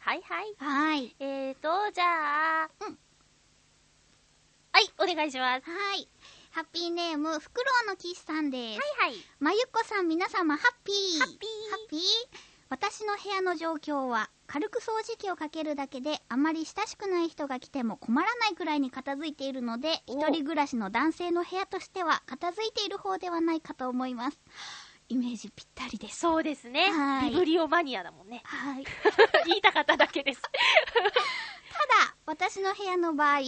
A: はいはい
B: ませはい
A: えーとじゃあ
B: うん
A: はいお願いします
B: はい。ハッピーネーム、フクロウのキスさんです。
A: はいはい。
B: まゆっこさん、皆様、ハッピー。
A: ハッピー
B: ハッピー私の部屋の状況は、軽く掃除機をかけるだけで、あまり親しくない人が来ても困らないくらいに片付いているので、
A: お
B: 一人暮らしの男性の部屋としては、片付いている方ではないかと思います。イメージぴったりです。
A: そうですね
B: は。い。
A: ビブリオマニアだもんね
B: はい。た
A: 言いたかっただけです。
B: だ、私の部屋の場合、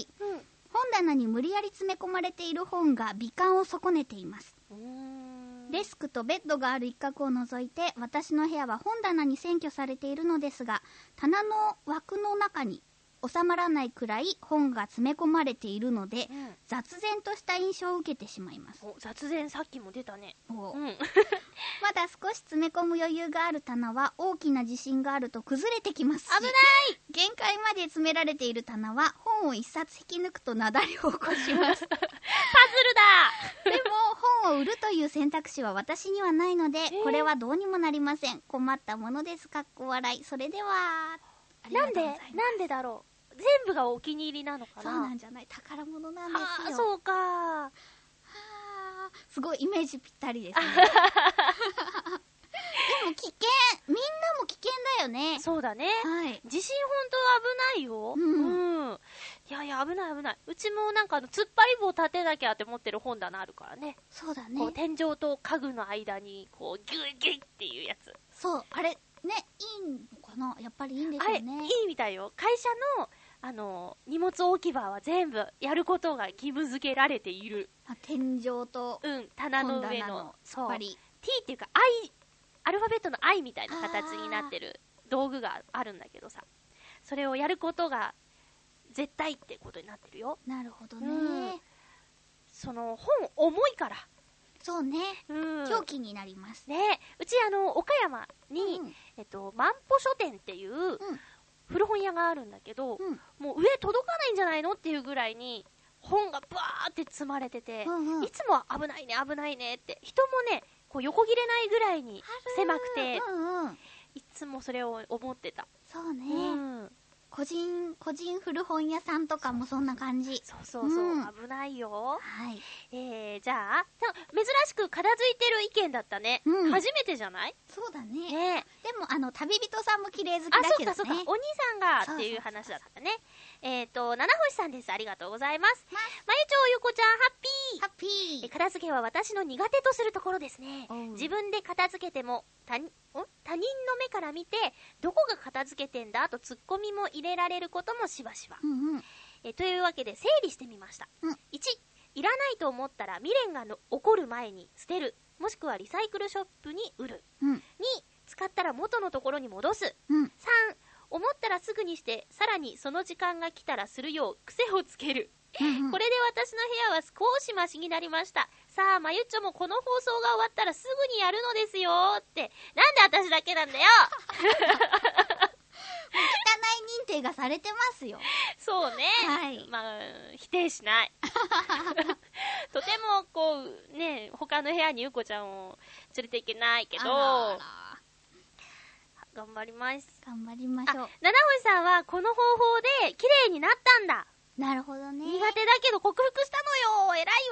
B: 本棚に無理やり詰め込まれている本が美観を損ねています。
A: うん。
B: デスクとベッドがある一角を除いて私の部屋は本棚に占拠されているのですが棚の枠の中に収まらないくらい本が詰め込まれているので
A: うん
B: 雑然とした印象を受けてしまいます
A: お雑然さっきも出たね。
B: おう
A: うん。
B: まだ少し詰め込む余裕がある棚は大きな地震があると崩れてきますし
A: 危ない
B: 限界まで詰められている棚は本を一冊引き抜くと雪崩を起こします
A: パズ
B: でも本を売るという選択肢は私にはないので、
A: ー
B: これはどうにもなりません困ったものですかっこ笑いそれではあり
A: ルだ
B: が
A: なん
B: と
A: で
B: うございます
A: なんでだろう全部がお気に入りなのかな
B: そうなんじゃない宝物なんです
A: あー
B: よ
A: そうか。
B: はーすごいイメージぴったりですね でも危険みんなも危険だよね
A: そうだね。
B: はい
A: 地震本当危ないよ。
B: う
A: うん。いやいや、危ない危ない。うちもなんかあの、突っ張り棒立てなきゃって持ってる本棚あるからね。
B: そうだ
A: こう
B: ね
A: 天井と家具の間に、こう、ギュイギュイっていうやつ。
B: そうあれねいいのかなやっぱりいいんです
A: あれ、
B: よ
A: い
B: ね
A: いみたいよ。会社の、あの、荷物置き場は全部やることが義務付けられている。
B: あ天井と
A: うん、棚の
B: 本
A: 上
B: 棚
A: の、
B: の
A: そ
B: や
A: う
B: っぱ。り
A: T っていうか I アルファベットの I みたいな形になってる道具があるんだけどさそれをやることが絶対ってことになってるよ
B: なるほどね、
A: うんその本重いから
B: そうね
A: うん
B: 狂気になります
A: ねうちあの岡山に、
B: うん
A: えっと、万歩書店っていう古本屋があるんだけど、
B: うん
A: もう上届かないんじゃないのっていうぐらいに本がブワーって積まれてて、
B: うんうん
A: いつもは危ないね危ないねって人もねこう横切れないぐらいに狭くて
B: うんうん、
A: いつもそれを思ってた、
B: そうね、
A: うん
B: 個人個人古本屋さんとかもそんな感じ
A: そうそうそう、
B: うん
A: 危ないよ。
B: はい
A: えー、じゃあ、た珍しく片付いてる意見だったね。
B: うん
A: 初めてじゃない
B: そうだねで
A: ねえ。
B: もあの旅人さんも綺麗好きだ
A: あ、そ
B: け
A: う
B: ど
A: か
B: ね
A: そうか。お兄さんがっていう話だったね。えっ、と、七星さんです。ありがとうございます。
B: ま
A: まゆちょうゆこちゃん、ハッピー
B: ハッピ
A: え
B: ー
A: 片付けは私の苦手とするところですね
B: おう
A: 自分で片付けても他人ん他人の目から見てどこが片付けてんだとツッコミも入れられることもしばしば
B: うんうん
A: えというわけで整理してみました、
B: うん
A: 1いらないと思ったら未練がの起こる前に捨てるもしくはリサイクルショップに売る
B: うん
A: 2使ったら元のところに戻す
B: うん
A: 3思ったらすぐにしてさらにその時間が来たらするよう癖をつける、
B: うん
A: これで私の部屋は少しマシになりましたさあまゆっちょもこの放送が終わったらすぐにやるのですよってなんで私だけなんだよ
B: 汚い認定がされてますよ
A: そうね、
B: はい
A: まあ否定しない とてもこうね他の部屋にゆうこちゃんを連れていけないけど
B: あらあら
A: 頑張ります
B: 頑張りまし
A: あ
B: ょう
A: 七星さんはこの方法で綺麗になったんだ、
B: なるほどね
A: 苦手だけど克服したのよ偉い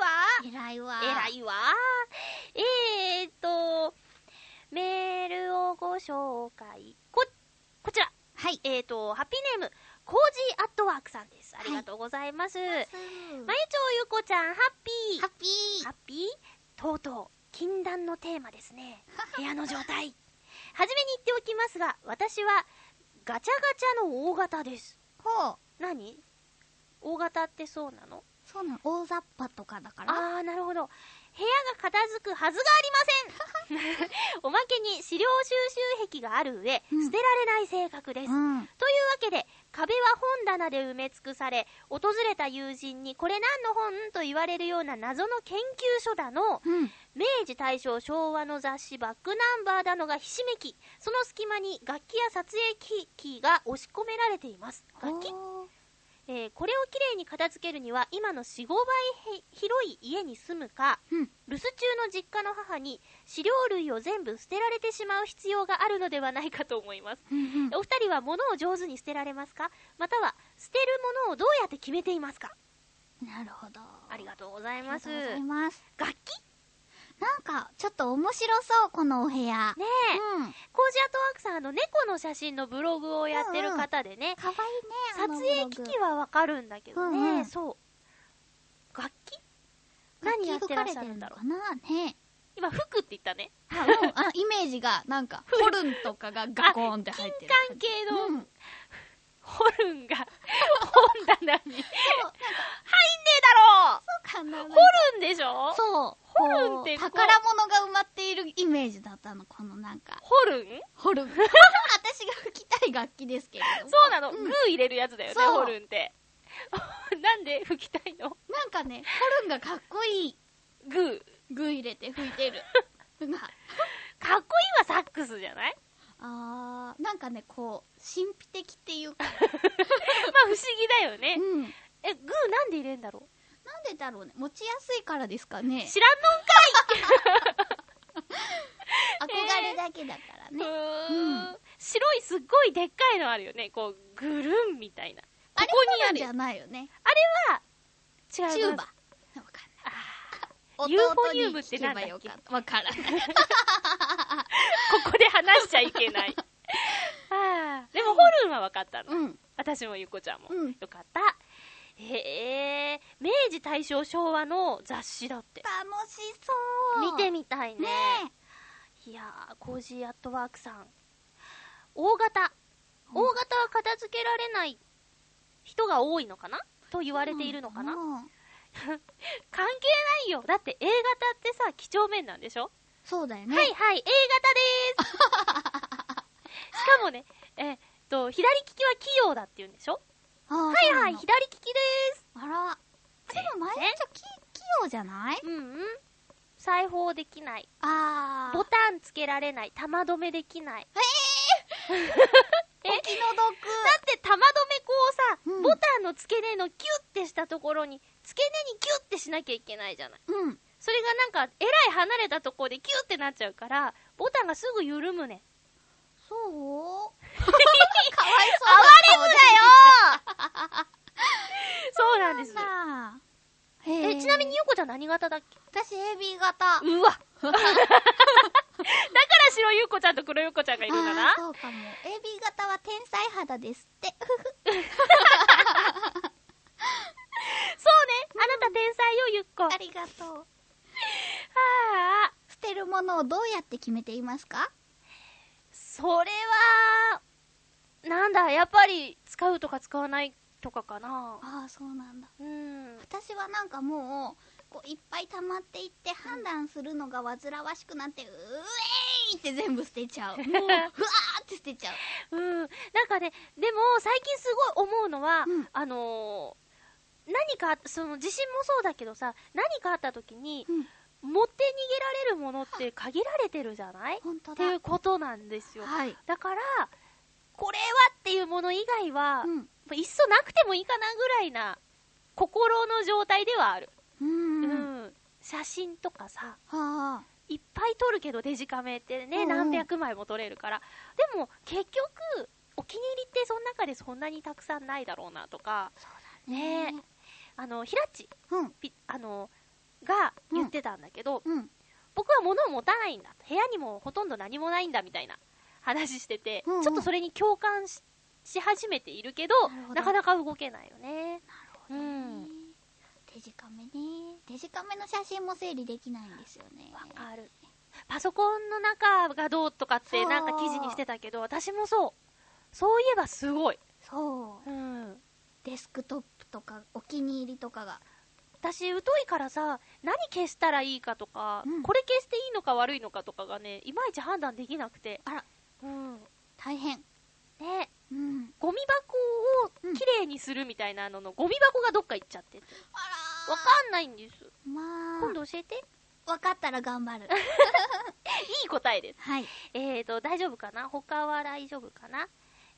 A: わ
B: 偉いわ
A: 偉いわえー、っとメールをご紹介ここちら
B: はい
A: えー、っとハッピーネームコージーアットワークさんですありがとうございます、まゆちょうゆこちゃん、ハッピー。
B: ハッピー
A: ハッピーとうとう、禁断のテーマですね。部屋の状態。はじめに言っておきますが、私は、ガチャガチャの大型です。
B: ほう
A: 何大型ってそうなの
B: そうなの大雑把とかだから
A: あー、なるほど。部屋が片付くはずがありま せんおまけに資料収集癖がある上、
B: うん
A: 捨てられない性格です。
B: うん
A: というわけで壁は本棚で埋め尽くされ訪れた友人にこれ何の本と言われるような謎の研究書だの
B: うん
A: 明治大正昭和の雑誌バックナンバーだのがひしめきその隙間に楽器や撮影機器が押し込められています楽器
B: ほう
A: えーこれをきれいに片付けるには今の45倍へ広い家に住むか
B: うん
A: 留守中の実家の母に資料類を全部捨てられてしまう必要があるのではないかと思います
B: うんうん
A: お二人は物を上手に捨てられますかまたは捨てるものをどうやって決めていますか
B: なるほど
A: ありがとうござい
B: あり
A: ま
B: が
A: す
B: とうございます。
A: 楽器
B: なんか、ちょっと面白そう、このお部屋。
A: ねえ、
B: うん。
A: コージアートワークさんあの猫の写真のブログをやってる方でね、
B: かわいいね、あの
A: 撮影機器はわかるんだけどね、
B: うんうん
A: そう楽器
B: ブログ
A: 何やってらっしゃるんだろう
B: 楽器吹かれてるのかなね。
A: 今服って言ったね
B: あ、うん、あ、イメージが、な んか、ホルンとかがガコーンって入ってる。
A: 関係
B: うん。
A: の
B: でも
A: ホルンが本棚に入んねえ
B: なんか、
A: だろ
B: そうかな。
A: ホルンでしょ
B: そう。
A: ホルンって
B: こう
A: こう
B: 宝物が埋まっているイメージだったの、このなんか。
A: ホルン
B: ホ ルン。私が吹きたい楽器ですけれども。
A: そうなの、
B: ん
A: グー入れるやつだよね
B: そう
A: ホルンって なんで吹きたいの
B: なんかね、ホルンがかっこいい。
A: グー
B: グー入れて吹い てる。なんか
A: かっこいいはサックスじゃ ない
B: あー、なんかね、こう、神秘的っていうか。
A: まあ不思議だよね、
B: うん。なん
A: えグーなんで入れんだろう
B: でだろうね。持ちやすいからです かね。
A: 知らんのんか
B: 憧れだけだから
A: う
B: ね。うん
A: ーん白いすっごいでっかいのあるよねこうぐるんみたいな
B: あれ
A: ここにあ
B: ホルン
A: る
B: じゃないよね。
A: あれは
B: チ
A: 違う
B: ュー
A: な
B: バ。わか
A: あ
B: んない。
A: ユーフ
B: 弟
A: ォニウム
B: に
A: って
B: 聞
A: な
B: け
A: んだ
B: ば
A: っけ
B: よかった。わからない。
A: ー ここで話しちゃいけない あーでもホルンは分かったの、
B: うん。
A: 私もゆっこちゃんも、
B: うん
A: よかったへえ明治大正昭和の雑誌だって
B: 楽しそう
A: 見てみたいね
B: ね
A: いやーコージーアットワークさん大型大型は片付けられない人が多いのかなと言われているのかな、
B: うん
A: 関係ないよだって A 型ってさ几帳面なんでしょ、
B: そうだよね、
A: はいはい A 型でーす しかもねえっと左利きは器用だって言うんでしょ
B: あーそう
A: はい
B: な
A: はい
B: の
A: 左利きでーす
B: あらでも前ちゃき器用じゃない
A: うんうん裁縫できない
B: あー
A: ボタンつけられない玉止めできない
B: お気の毒
A: だって玉止めこうさ、
B: うん
A: ボタンの付け根のキュッてしたところに付け根にキュッてしなきゃいけないじゃない
B: うん
A: それがなんかえらい離れたところでキュッてなっちゃうからボタンがすぐ緩むねん
B: そう
A: 暴
B: か
A: れ
B: わ
A: る
B: い
A: なよそうなんです
B: そうだ。なんだ
A: え、ちなみ
B: に
A: にゆうこちゃん何型だっけ
B: 私 AB 型
A: うわだから白ゆうこちゃんと黒ゆうこちゃんがいるんだな
B: あー。そうかも AB 型は天才肌ですって
A: そうね。あなた天才よ、ゆっこ。
B: ありがとう
A: ああ、
B: 捨てるものをどうやって決めていますか
A: それは、なんだ、やっぱり使うとか使わないとかかな。
B: ああそうなんだ
A: うん。
B: 私はなんかもうこういっぱい溜まっていって判断するのが煩わしくなって、うえーいって全部捨て ちゃうもうふわーって捨てちゃう
A: うん。なんかね、でも最近すごい思うのは、
B: うん
A: あのー何か、その地震もそうだけどさ、何かあった時に、
B: うん
A: 持って逃げられるものって限られてるじゃないっ
B: 本当
A: て
B: だ
A: いうことなんですよ。
B: はい、
A: だから、これはっていうもの以外は、
B: うん
A: いっそなくてもいいかなぐらいな心の状態ではある。
B: うん
A: う
B: うん、は
A: ん。写真とかさ、
B: あ
A: いっぱい撮るけどデジカメってね、
B: うんうん
A: 何百枚も撮れるから。でも結局、お気に入りってその中でそんなにたくさんないだろうなとか、ねえあの、ひらっち、
B: うん
A: ピあの、が言ってたんだけど、
B: うん
A: 僕は物を持たないんだ部屋にもほとんど何もないんだみたいな話してて、
B: うんうん
A: ちょっとそれに共感しし始めているけど
B: なるほど
A: なかなか動けないよね
B: なるほどね
A: うん
B: デジカメねデジカメの写真も整理できないんですよね
A: わかるパソコンの中がどうとかって
B: そう
A: なんか記事にしてたけど私もそうそういえばすごい、
B: そう
A: うん、
B: デスクトップとかお気に入りとかが
A: 私疎いからさ何消したらいいかとか、
B: うん
A: これ消していいのか悪いのかとかがねいまいち判断できなくて
B: あら
A: うん
B: 大変
A: ね
B: うん
A: ゴミ箱をきれいにするみたいなのの、ゴミ箱がどっか行っちゃってて
B: あ
A: わかんないんです
B: まあ
A: 今度教えて。
B: わかったら頑張る
A: いい答えです。
B: はい
A: えーと、大丈夫かな他は大丈夫かな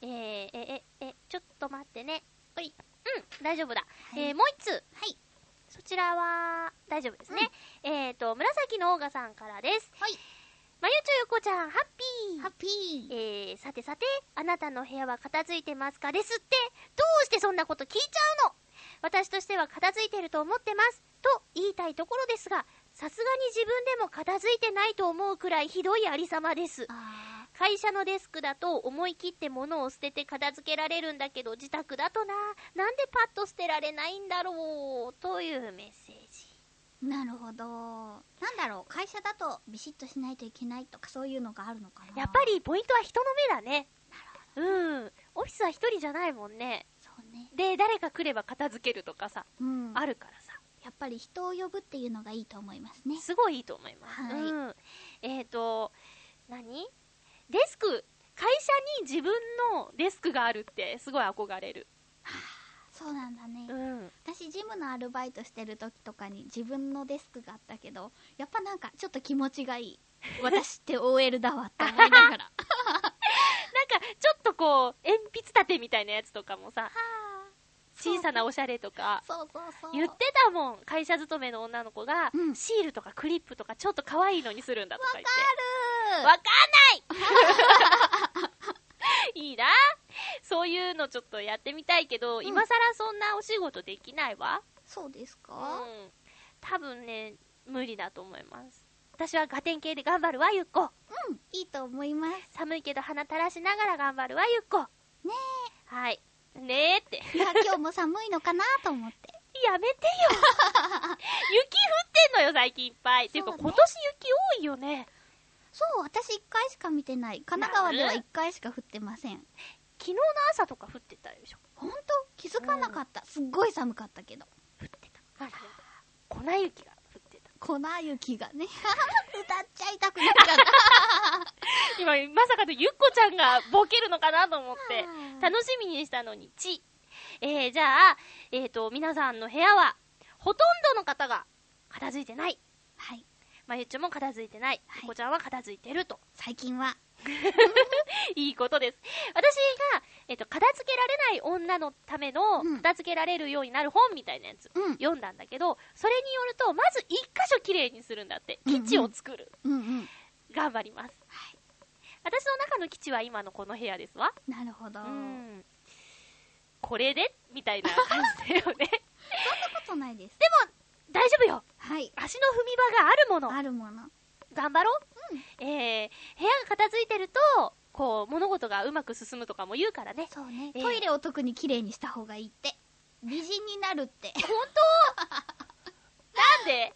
A: えー、え、え、え、ちょっと待ってね。おい。うん、大丈夫だ。
B: はい
A: えーもう一通。
B: はい
A: そちらは、大丈夫ですね。えーと、紫のオーガさんからです。
B: はい。
A: まゆちょゆこちゃん、ハッピー。
B: ハッピー
A: えー、さてさて、あなたの部屋は片付いてますかですって、どうしてそんなこと聞いちゃうの私としては片付いてると思ってます。と言いたいところですが、さすがに自分でも片付いてないと思うくらいひどいありさまです。
B: あ
A: 会社のデスクだと思い切って物を捨てて片付けられるんだけど自宅だとななんでパッと捨てられないんだろうというメッセージ
B: ーなるほどなんだろう会社だとビシッとしないといけないとかそういうのがあるのかな
A: やっぱりポイントは人の目だねうんオフィスは一人じゃないもんね
B: そうね
A: で誰か来れば片付けるとかさ、
B: うん
A: あるからさ
B: やっぱり人を呼ぶっていうのがいいと思いますね
A: すごいいいと思います、
B: はい
A: うん、えっ、ー、と何デスク会社に自分のデスクがあるってすごい憧れる
B: そうなんだね、
A: うん
B: 私ジムのアルバイトしてる時とかに自分のデスクがあったけどやっぱなんかちょっと気持ちがいい私って OL だわって思いなが
A: なん
B: ら
A: かちょっとこう鉛筆立てみたいなやつとかもさ小さなおしゃれとか
B: そうそうそう
A: 言ってたもん会社勤めの女の子が、
B: うん
A: シールとかクリップとかちょっと可愛いのにするんだとか言って
B: ある
A: わかんないいいなそういうのちょっとやってみたいけど、
B: ん
A: 今さらそんなお仕事できないわ
B: そうですか、
A: うん多分ね無理だと思います私はガテン系で頑張るわゆっこ
B: うん、いいと思います
A: 寒いけど鼻垂らしながら頑張るわゆっこ
B: ね
A: はいねえって
B: いや今日も寒いのかなと思って
A: やめ てよ雪降ってんのよ最近いっぱい、っていうか
B: そうね
A: 今年雪多いよね
B: そう私1回しか見てない神奈川では1回しか降ってません
A: 昨日の朝とか降ってたでしょ
B: ほんと気づかなかった、すっごい寒かったけど
A: 降ってた粉雪が降ってた
B: 粉雪が ね歌っちゃいたくなっちゃ った
A: 今まさかのゆっこちゃんがボケるのかなと思って
B: あー
A: 楽しみにしたのにちえー、じゃあえっ、と皆さんの部屋はほとんどの方が片付いてない
B: はい
A: まゆっちょも片付いてない、
B: はい
A: ゆっこちゃんは片付いてると
B: 最近はい
A: いことです。私が、えっと、片付けられない女のための
B: うん、
A: 片付けられるようになる本みたいなやつ、
B: うん
A: 読んだんだけど、それによると、まず一箇所きれいにするんだって。
B: うんう
A: 基
B: ん
A: 地を作る。
B: うんうん
A: 頑張ります。
B: はい
A: 私の中の基地は今のこの部屋ですわ。
B: なるほど、
A: う。
B: そんなん
A: これでみたいな感じだよね。
B: ことないです
A: でも、大丈夫よ。
B: はい
A: 足の踏み場があるもの。
B: あるもの
A: 頑張ろう。えー、部屋が片付いてると、こう、物事がうまく進むとかも言うからね。
B: そうね、
A: ええ
B: トイレを特にきれいにした方がいいって美人になるってわ
A: なんで、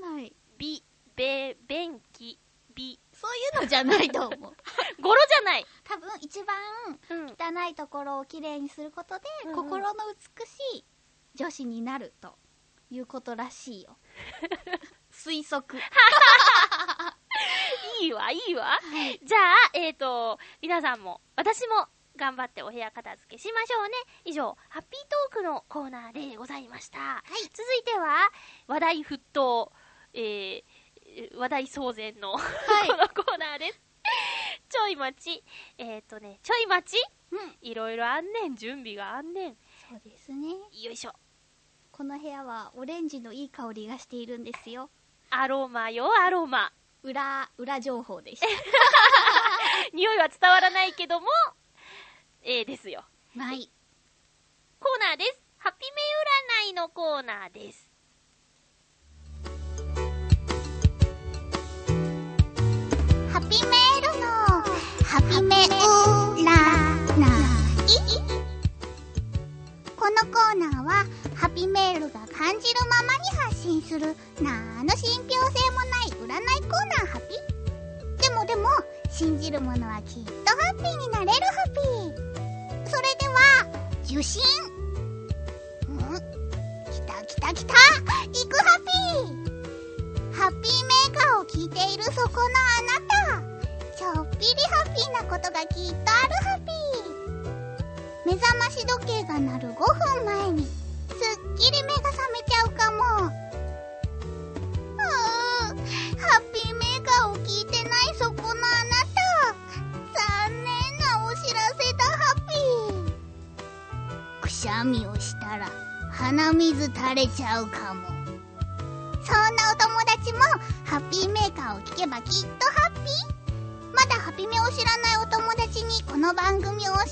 B: かんない
A: び、べ、べんき、び。
B: そういうのじゃないと思う
A: 語呂じゃない。
B: 多分一番
A: うん。
B: 汚いところをきれいにすることで、
A: うんうん
B: 心の美しい女子になるということらしいよ 推測
A: いいわ、いいわ。
B: はい
A: じゃあ、えっ、と、皆さんも、私も、頑張ってお部屋片付けしましょうね。以上、ハッピートークのコーナーでございました。続いては、話題沸騰、えー、話題騒然の、
B: い
A: このコーナーです。ちょい待ち。えっ、とね、ちょい待ち
B: うん
A: いろいろあんねん、準備があんねん。
B: そうですね
A: よいしょ。
B: この部屋はオレンジのいい香りがしているんですよ
A: アロマよ、アロマ。
B: 裏裏情報でした
A: 匂いは伝わらないけども、えー、ですよ。
B: はい
A: コーナーです。ハッピメ占いのコーナーです。
B: ハピメールのハピメうらないこのコーナーはハピメールが感じるままに発信するなんの信憑性もない占いコーナーハピでもでも信じるものはきっとハッピーになれるハピそれでは受信んきたきたきた行くハピーハッピーメーカーを聞いているそこのあなたちょっぴりハッピーなことがきっとあるハッピー目覚まし時計が鳴る5分前にすっきり目が覚めちゃうかもうーハッピーメーカーを聞いてないそこのあなた残念なお知らせだハッピーくしゃみをしたら鼻水垂れちゃうかもそんなお友達もハッピーメーカーを聞けばきっとハッピーまだハピメを知らないお友達にこの番組を教え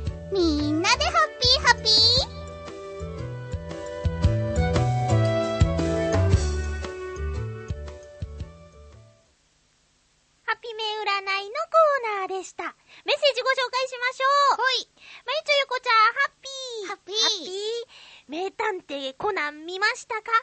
B: てみんなでハッピーハッピー
A: 名探偵コナン見ましたかなん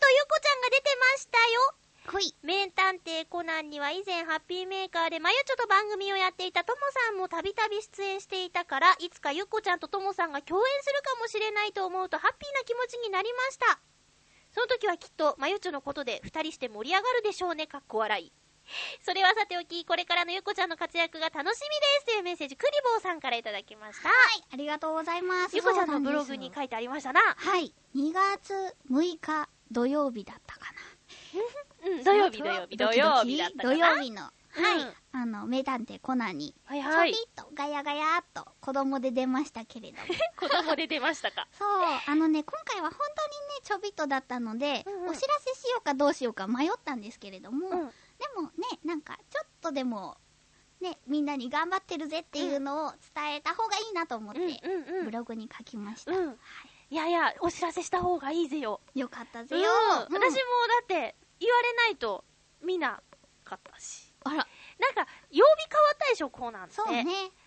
A: とゆこちゃんが出てましたよ
B: ほい。
A: 名探偵コナンには以前ハッピーメーカーでまゆちょと番組をやっていたともさんもたびたび出演していたからいつかゆっこちゃんとともさんが共演するかもしれないと思うとハッピーな気持ちになりましたその時はきっとまゆちょのことで2人して盛り上がるでしょうねかっこ笑い それはさておきこれからのゆっこちゃんの活躍が楽しみですというメッセージクリボーさんからいただきました
B: はい、ありがとうございます。
A: ゆっこちゃんのブログに書
B: いて
A: いてありましたな
B: はい、2月6日土曜日だったか
A: うん
B: な。
A: 土曜日土曜日土曜日だったかな
B: 土曜日の、は
A: うん
B: い、あの、名探偵コナンに、
A: はい
B: ちょ
A: は
B: び
A: い
B: っとガヤガヤっと子供で出ました けれども。
A: 子供で出ましたか
B: そう、あのね、今回は本当にね、ちょびっとだったので、
A: うんうん
B: お知らせしようかどうしようか迷ったんですけれども、
A: う
B: で
A: ん
B: もね、なんか、ちょっとでも、ね、みんなに頑張ってるぜっていうのを伝えた方がいいなと思っ
A: う
B: て、
A: んうん
B: ブログに書きました。
A: うん、うん
B: はい
A: やいや、お知らせした方がいいぜよ。
B: い、よかったぜ
A: うん、
B: よ、
A: 私
B: う
A: も
B: ん
A: だって、言われないと、見なかったし。
B: あら、
A: なんか、曜日変わったでしょ、こうなんて。
B: そうね。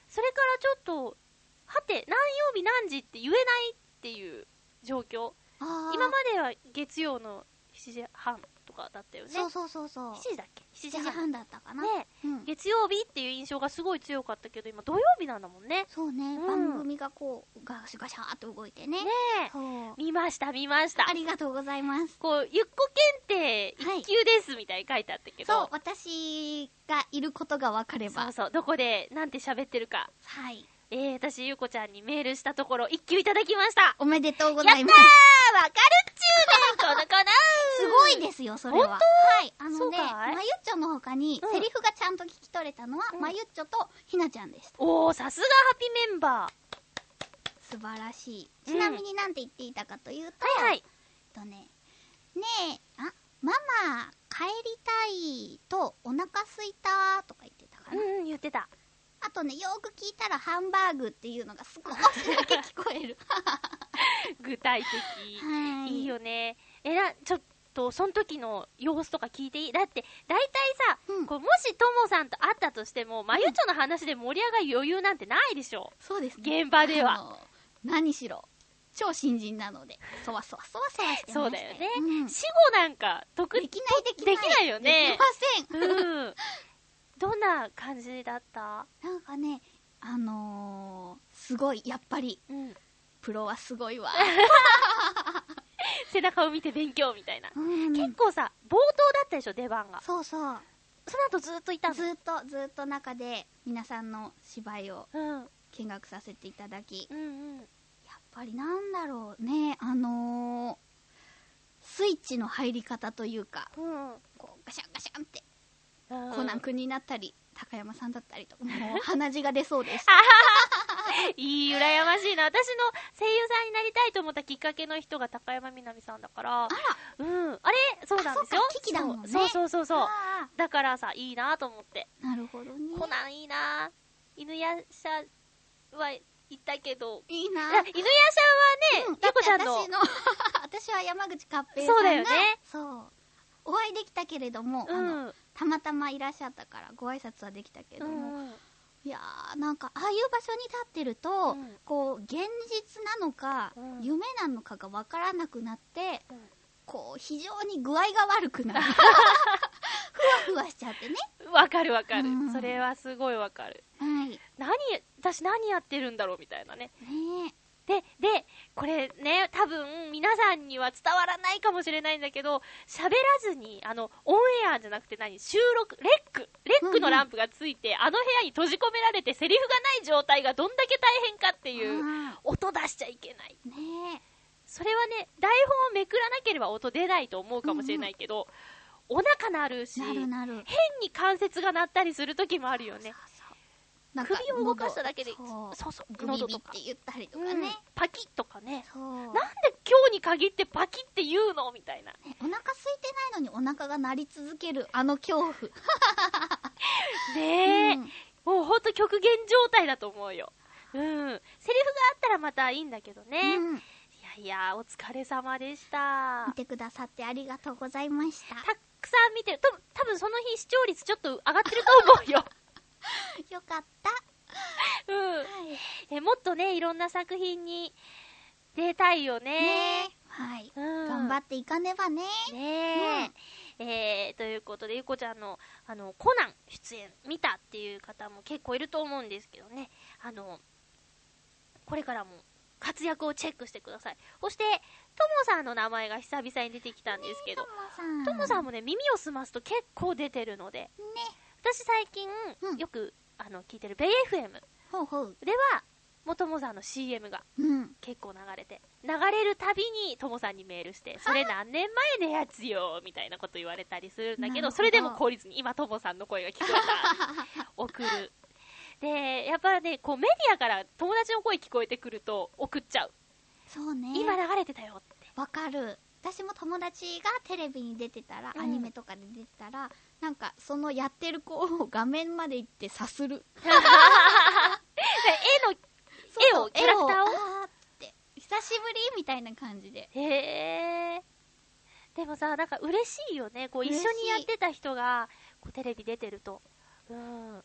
A: それからちょっと、はて、何曜日何時って言えないっていう状況。
B: あー
A: 今までは月曜の7時半とかだったよね。
B: そうそうそうそう。
A: 7時だっけ ?7 時
B: 7時
A: 半。
B: 半だったかな。
A: ね、
B: うん、
A: 月曜日っていう印象がすごい強かったけど、今土曜日なんだもんね。
B: そうね、
A: うん
B: 番組がこう、ガシャガシャーって動いてね。
A: ねえ。
B: そう。
A: 見ました、見ました
B: あ。りがとうございます。
A: こう、ゆっこ検定
B: はい
A: 1級ですみたいに書いてあったけど、
B: そう、私がいることが分かれ
A: そう
B: ば。
A: そう、どこでなんて喋ってるか。
B: はい。
A: えー、私、ゆうこちゃんにメールしたところ、1級いただきました。
B: おめでとうご
A: やっ
B: ざ
A: たー
B: い
A: わ
B: ま
A: か
B: す。
A: るっちゅうねん、この子な
B: すごいですよ、それは。
A: 本
B: はい。あ
A: そ
B: の
A: う
B: ね、
A: かい
B: まゆっちょの他に、
A: うん
B: セリフがちゃんと聞き取れたのは、
A: うん
B: まゆっちょとひなちゃんでした。
A: おー、さすがハピメンバ
B: 素晴らしい。
A: うん
B: ちなみになんて言っていたかというと、
A: ー。はいは
B: えっ
A: い。
B: とね、ねえ、あ、ママ、帰りたいと、お腹すいたとか言ってたかな。
A: うん、言ってた。
B: あとね、よーく聞いたら、ハンバーグっていうのが少しだけ聞こえる。
A: 具体的。
B: はい。
A: いいよね。えら、ちょっと、その時の様子とか聞いていいだって、大体さ、
B: うん
A: こうもしともさんと会ったとしても、まゆちょの話で盛り上がる余裕なんてないでしょ。
B: そうですね。
A: 現場では
B: あの。何しろ、超新人なので、そわそわそわそわしてました
A: そうだよね
B: うんで
A: 死後なんか、特に
B: きないできない。
A: できないよね
B: できま
A: うん。どんな感じだった
B: せん。なんかね、あのー、すごい、やっぱり、
A: うん。
B: プロはすご いわ。
A: 背中を見て勉強みたいな。
B: うん
A: 結構さ、冒頭だったでしょ、出番が。
B: そうそう。
A: その後ずっといたの。
B: ずっと、ずっと中で、皆さんの芝居を
A: うん。うん
B: 見学させていただき、やっ
A: うん。
B: ぱりなんだろうね、あのー、スイッチの入り方というか、
A: うん。
B: こう、ガシャンガシャンって、
A: うん
B: コナン君になったり、高山さんだったりと か、もう鼻血が出そうでした。
A: いい、羨ましいな。私の声優さんになりたいと思ったきっかけの人が高山みなみさんだから。うん。あれそうなんですよ
B: あ。そっかキキだもんね
A: そうそうそうそう。
B: あ
A: だからさ、いいなと思って。
B: ーなるほどね。
A: コナンいいな犬やしゃは行ったけど。
B: いい
A: い
B: な。
A: や犬やしゃはね、
B: だ
A: ゆ
B: っ
A: こ
B: て
A: ちゃん
B: 私
A: の。
B: の、 私は山口勝平さんが、
A: そうだよね
B: そうお会いできたけれども、あの
A: うん
B: たまたまいらっしゃったからご挨拶はできたけども、
A: うん
B: いやーなんかああいう場所に立ってると、
A: うん
B: こう現実なのか、
A: うん
B: 夢なのかがわからなくなって、
A: うん
B: こう非常に具合が悪く なるふわふわしちゃってね
A: わかるわかる、
B: うん
A: それはすごいわかる
B: はいね
A: 何私何やってるんだろうみたいなね
B: え
A: ででこれね多分皆さんには伝わらないかもしれないんだけど喋らずにあのオンエアじゃなくて何収録レックレックのランプがついて、あの部屋に閉じ込められてセリフがない状態がどんだけ大変かっていう
B: あ
A: 音出しちゃいけない
B: ーねえ
A: それはね台本をめくらなければ音出ないと思うかもしれないけど、お腹鳴るし
B: なるなる。
A: 変に関節が鳴ったりする時もあるよね
B: なんか
A: 首を動かしただけで
B: 喉そ
A: そうそう
B: う、
A: 喉
B: ビ
A: と
B: ビっ
A: か
B: て言ったりとか
A: うん
B: ね。
A: パキッとかね
B: そう。
A: なんで今日に限ってパキッって言うのみたいな
B: ねお腹空いてないのにお腹が鳴り続けるあの恐怖。
A: ねえ、
B: うん
A: もうほんと極限状態だと思うようんセリフがあったらまたいいんだけどね、い
B: うん
A: やいやお疲れ様でした
B: 見てくださってありがとうございました。
A: たくさん見てると多分その日視聴率ちょっと上がってると思うよ、
B: よかった。
A: うん
B: はい。
A: えもっとねいろんな作品に出たいよね。
B: ねはい。
A: うん
B: 頑張っていかねばね。
A: ねえ、えーということで、ゆこちゃんの、あの、コナン出演見たっていう方も結構いると思うんですけどね、あの、これからも活躍をチェックしてください。そして、ともさんの名前が久々に出てきたんですけど、
B: さん。
A: ともさん
B: ね。
A: もね、耳を澄ますと結構出てるので、私最近、
B: うん
A: よく、あの、聞いてるベイ FM
B: ほうほう。
A: では、もともさんの CM が
B: うん。
A: 結構流れて流れるたびにともさんにメールしてそれ何年前のやつよみたいなこと言われたりするんだけ
B: なるほ
A: ど
B: ど
A: それでも凍りずに今ともさんの声が聞こえたら送 るでやっぱねこうメディアから友達の声聞こえてくると送っちゃう、
B: そうね。
A: 今流れてたよ って
B: わかる。私も友達がテレビに出てたら、
A: うん
B: アニメとかで出てたら、なんかそのやってる子を画面まで行ってさする。
A: 絵の絵を
B: そう
A: キャラクターを
B: あーって、久しぶりみたいな感じで。
A: へえでもさなんか嬉しいよねこう一緒
B: 嬉しい
A: にやってた人がこうテレビ出てるとうん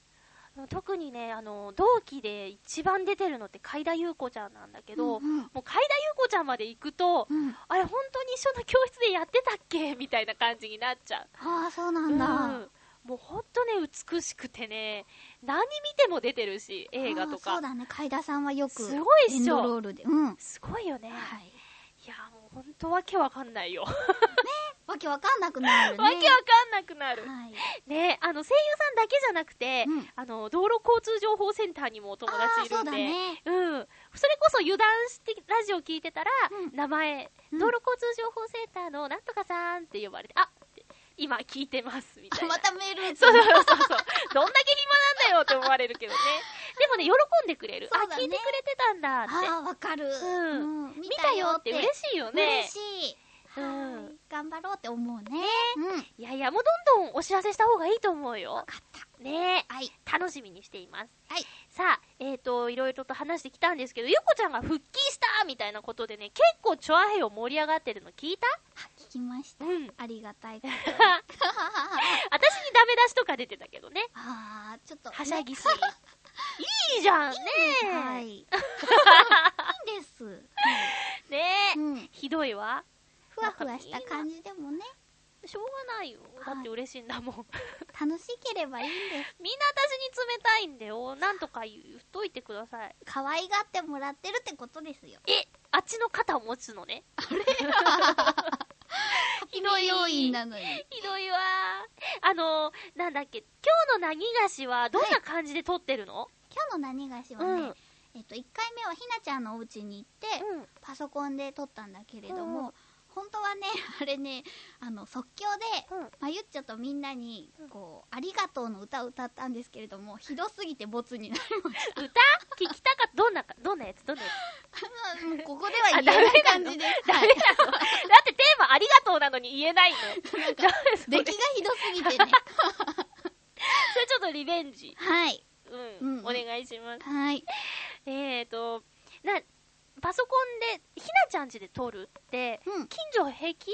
A: でも特にねあの同期で一番出てるのって海田優子ちゃんなんだけど、
B: うんうん
A: もう海田優子ちゃんまで行くと、
B: うん。
A: あれ本当に一緒の教室でやってたっけみたいな感じになっちゃう
B: ああ、そうなんだ。
A: うんもう本当ね美しくてね何見ても出てるし映画と
B: あー
A: か
B: そうだね、海田さんはよく。
A: すごいっしょ
B: エンドロールで。うん。はい。
A: すごいよね、い、やもう本当わけわかんないよ、
B: わけわかんなくなる ね。
A: わけわかんなくなる
B: はい。
A: ね、あの声優さんだけじゃなくて、
B: うん
A: あの道路交通情報センターにもお友達いるんで
B: あーそうだね
A: うん、それこそ油断してラジオ聞いてたら、
B: うん
A: 名前、
B: うん
A: 道路交通情報センターのなんとかさんって呼ばれて、あって今聞いてますみた
B: あ、
A: いな。
B: またメールやつ
A: そうそうそうそう。どんだけ暇なんだよって思われるけどね。でもね、喜んでくれる。
B: そ
A: あ
B: うだ、ね
A: 聞いてくれてたんだって。
B: ああ、わかる。
A: ん
B: うん見
A: 見たよって嬉
B: し
A: しいよね。
B: 嬉しい。
A: う
B: は
A: ん
B: ーい。頑張ろうって思うね。うん。
A: いやいや、もうどんどんお知らせした方がいいと思うよ。
B: かった。
A: ね
B: はい。
A: 楽しみにしています。
B: はい。
A: さあ、えっ、と、いろいろと話してきたんですけど、ゆっこちゃんが復帰したみたいなことでね、結構チョアヘヨ盛り上がってるの聞いた
B: あ聞きました。
A: うん
B: ありがたいこと。
A: 私にダメ出しとか出てたけどね。
B: ああ、ちょっと、
A: はしゃぎす
B: ね
A: ぎ。いいじゃんね
B: はい。いいんです。
A: ねえ、
B: うん。
A: ひどいわ。
B: ふわふわした感じでもね、
A: しょうがないよ。だって嬉しいんだもん。
B: 楽しければいいんです。
A: みんな私に冷たいんだよ。なんとか言っといてください。
B: 可愛がってもらってるってことですよ。
A: え、あっちの肩を持つのね。ひどい
B: 要因なのに。
A: ひどいわあの、なんだっけ、今日の何菓子はどんな感じで撮ってるの、
B: 今日の何がしはね、
A: うん。
B: えっと、1回目はひなちゃんのお家に行って、
A: うん。
B: パソコンで撮ったんだけれど
A: うんう
B: も、本当はね、 あれね、あの、即興で、
A: うん
B: まゆっちゃとみんなに、こう、ありがとうの歌を歌ったんですけれども、ひどすぎてボツになりまし
A: 歌聞きたかった。どんなか、どんなやつどんなやつ
B: た。 もうここでは言えない感じで、
A: ダ
B: は
A: メ
B: い
A: な のだってテーマありがとうなのに言えないの。
B: なんか
A: ダメそ
B: 出
A: れ
B: 来がひどすぎて ね。
A: それちょっとリベンジ。
B: はい。
A: うん。
B: うん
A: お願いします。
B: はい。
A: えーと、な、パソコンで、ひなちゃん家で撮るって、
B: うん。
A: 近所平気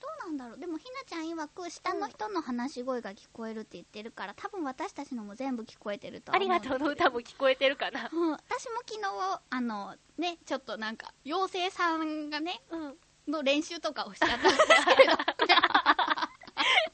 B: どうなんだろうでもひなちゃん曰く下の人の話し声が聞こえるって言ってるから多分私たちのも全部聞こえてると
A: あ
B: は思
A: り
B: う
A: がとうの歌も聞こえてるかな。
B: うん、私も昨日あのねちょっとなんか妖精さんがね
A: うん。
B: の練習とかをしちゃったんですけれど、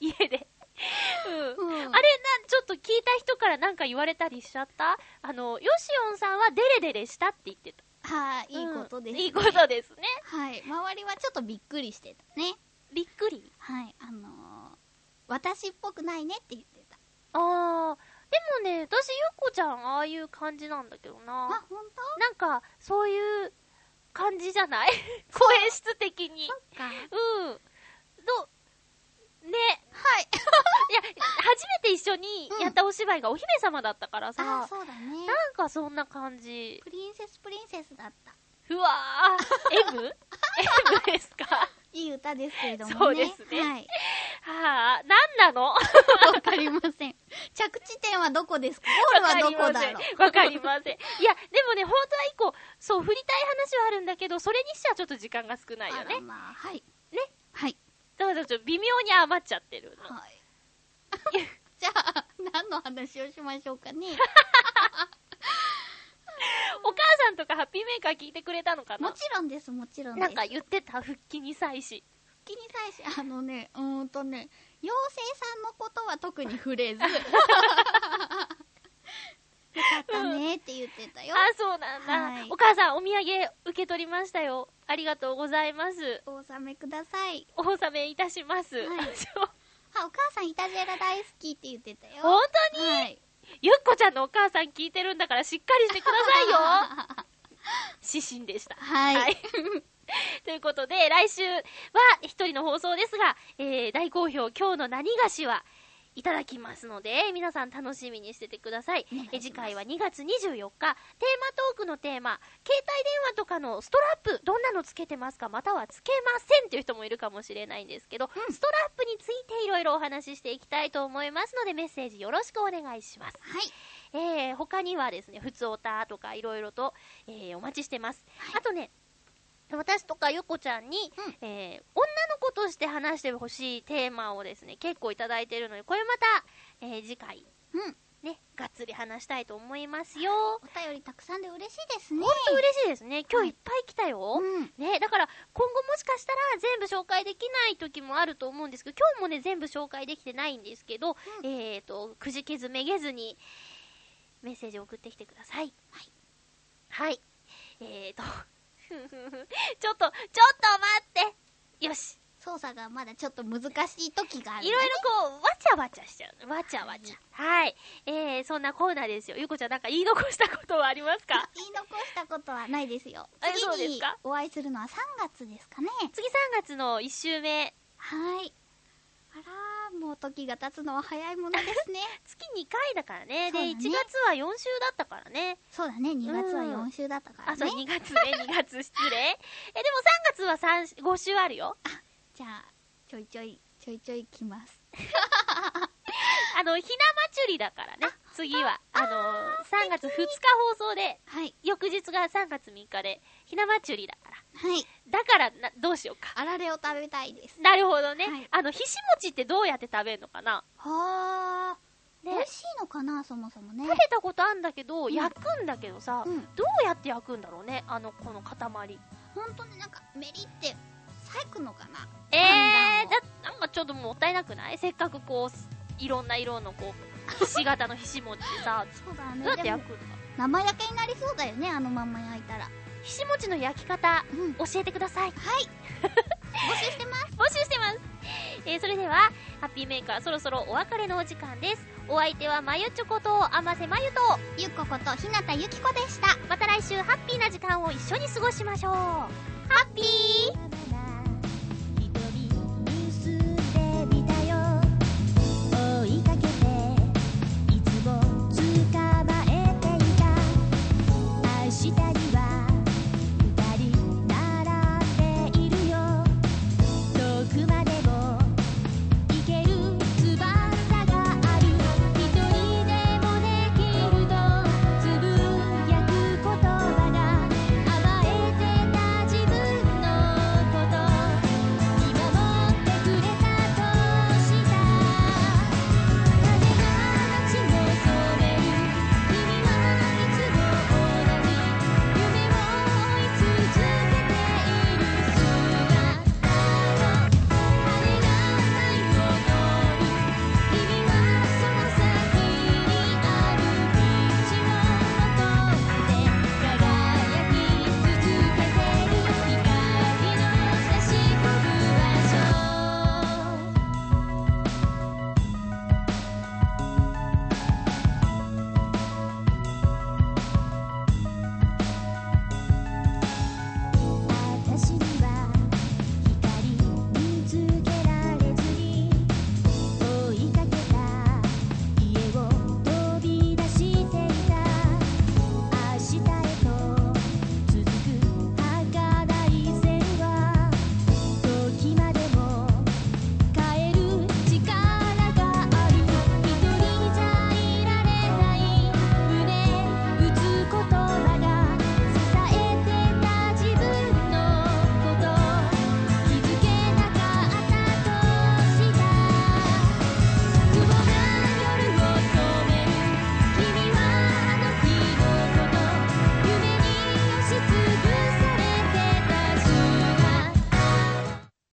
A: 家で。 うん。
B: うん、
A: あれな、ちょっと聞いた人からなんか言われたりしちゃったあの、ヨシオンさんはデレデレしたって言ってた。
B: はいいいことです、
A: うんいいことですね。
B: はい周りはちょっとびっくりしてたね
A: びっくり。
B: はいあのー私っぽくないねって言ってた
A: あー、でもね、私、ゆっこちゃん、ああいう感じなんだけどな。
B: あ本当
A: なんか、そういう感じじゃ ない声質的に。
B: そっかは
A: うん。ど、ね。
B: い
A: いや、初めて一緒にやったお芝居がお姫様だったからさ、
B: あそうだね
A: なんかそんな感じ。
B: プリンセスプリンセスだった
A: うわー、M?M ですか
B: いい歌ですけれどもね
A: そうですね
B: はい
A: はあ、なんなの
B: わかりません。着地点はどこですかゴールはどこだろう
A: わかりません。いや、でもね、本当は一個、そう、振りたい話はあるんだけど、それにしてはちょっと時間が少ないよ
B: あら
A: ね。
B: まあ、はい。
A: ね。
B: はい。
A: だからちょっと微妙に余っちゃってるの。
B: はい。 じゃあ、何の話をしましょうかね。
A: お母さんとかハッピーメーカー聞いてくれたのか
B: も
A: な
B: ちろんです、もちろんです。
A: なんか言ってた、復帰に際し。
B: 気に際し、あのね、うーんとね、妖精さんのことは特に触 れず。よかったねって言ってたよ。
A: あ、そうなんだ、
B: はい
A: お母さん、お土産受け取りましたよ。ありがとうございます。
B: お納めください。
A: お納めいたします。
B: はいあ、お母さんイタジェラ大好きって言ってたよ。
A: 本当に、
B: はい。
A: ゆっこちゃんのお母さん聞いてるんだからしっかりしてくださいよ 指針でした。
B: はい。
A: はい ということで、来週は一人の放送ですが、えー大好評、今日の何菓子はいただきますので、皆さん楽しみにしててください。
B: お願いします
A: え次回は2月24日、テーマトークのテーマ、携帯電話とかのストラップ、どんなのつけてますか、またはつけませんという人もいるかもしれないんですけど、
B: うん
A: ストラップについていろいろお話ししていきたいと思いますので、メッセージよろしくお願いします。
B: はい。
A: えー、他にはですね、ふつおたとかいろいろと、えーお待ちしてます。あとね、私とかゆこちゃんに、
B: う
A: えー女の子として話してほしいテーマをですね、結構いただいてるので、これまた、えー次回、
B: うん。
A: ね、がっつり話したいと思いますよ。
B: お便りたくさんで嬉しいですね。
A: ほんと嬉しいですね。今日いっぱい来たよ。
B: うん。
A: ね、だから今後もしかしたら全部紹介できない時もあると思うんですけど今日もね全部紹介できてないんですけど、
B: うん
A: えっ、とくじけずめげずにメッセージを送ってきてください
B: はい
A: はいえっ、ー、と ちょっとちょっと待ってよし
B: 操作がまだちょっと難しい時がある、
A: いろいろこうわちゃわちゃしちゃうわちゃわちゃはい、えー、そんなコーナーですよゆうこちゃんなんか言い残したことはあります か
B: 言い残したことはないですよ。
A: えそう
B: 次
A: です
B: に
A: か
B: お会いするのは3月ですかね。
A: 次3月の1週目
B: はい。あらー、もう時が経つのは早いものですね。
A: 月2回だからね
B: そうだ
A: で
B: ね
A: 1月は4週だったからね
B: そうだね、2月は
A: うん
B: 4週だったから
A: あ、そう、
B: ね。
A: 2月 ね、2月、失礼。え、でも3月は3、5週あるよ。
B: じゃあ、ちょいちょい、ちょいちょい来ます。
A: あの、ひな祭りだからね、次は。あのー、3月2日放送で、
B: はい。
A: 翌日が3月3日で、ひな祭りだから。
B: はい。
A: だからな、どうしようか。
B: あられを食べたいです。
A: なるほどね。
B: はい
A: あの、ひし餅ってどうやって食べるのかな
B: はー。
A: ね
B: 美味しいのかな、そもそもね。
A: 食べたことあんだけど、
B: ん
A: 焼くんだけどさ、
B: うん。
A: どうやって焼くんだろうね、あの、この塊。
B: ほんとになんか、メリって、咲くのかな。
A: え
B: なん
A: ー、
B: だ
A: だなんかちょっともったいなくないせっかくこう、いろんな色のこう、ひし形のひし餅さ、
B: そうだ
A: ど
B: ね。
A: うやって
B: でも
A: 焼くんだ
B: 生焼けになりそうだよね、あのまんま焼いたら。
A: ひし餅の焼き方
B: うん。
A: 教えてください
B: はい。募集してます。
A: 募集してます、えーそれではハッピーメーカーそろそろお別れのお時間ですお相手はまゆちょことあませまゆと
B: ゆっここと、ひなたゆきこでした。
A: また来週ハッピーな時間を一緒に過ごしましょうハッピー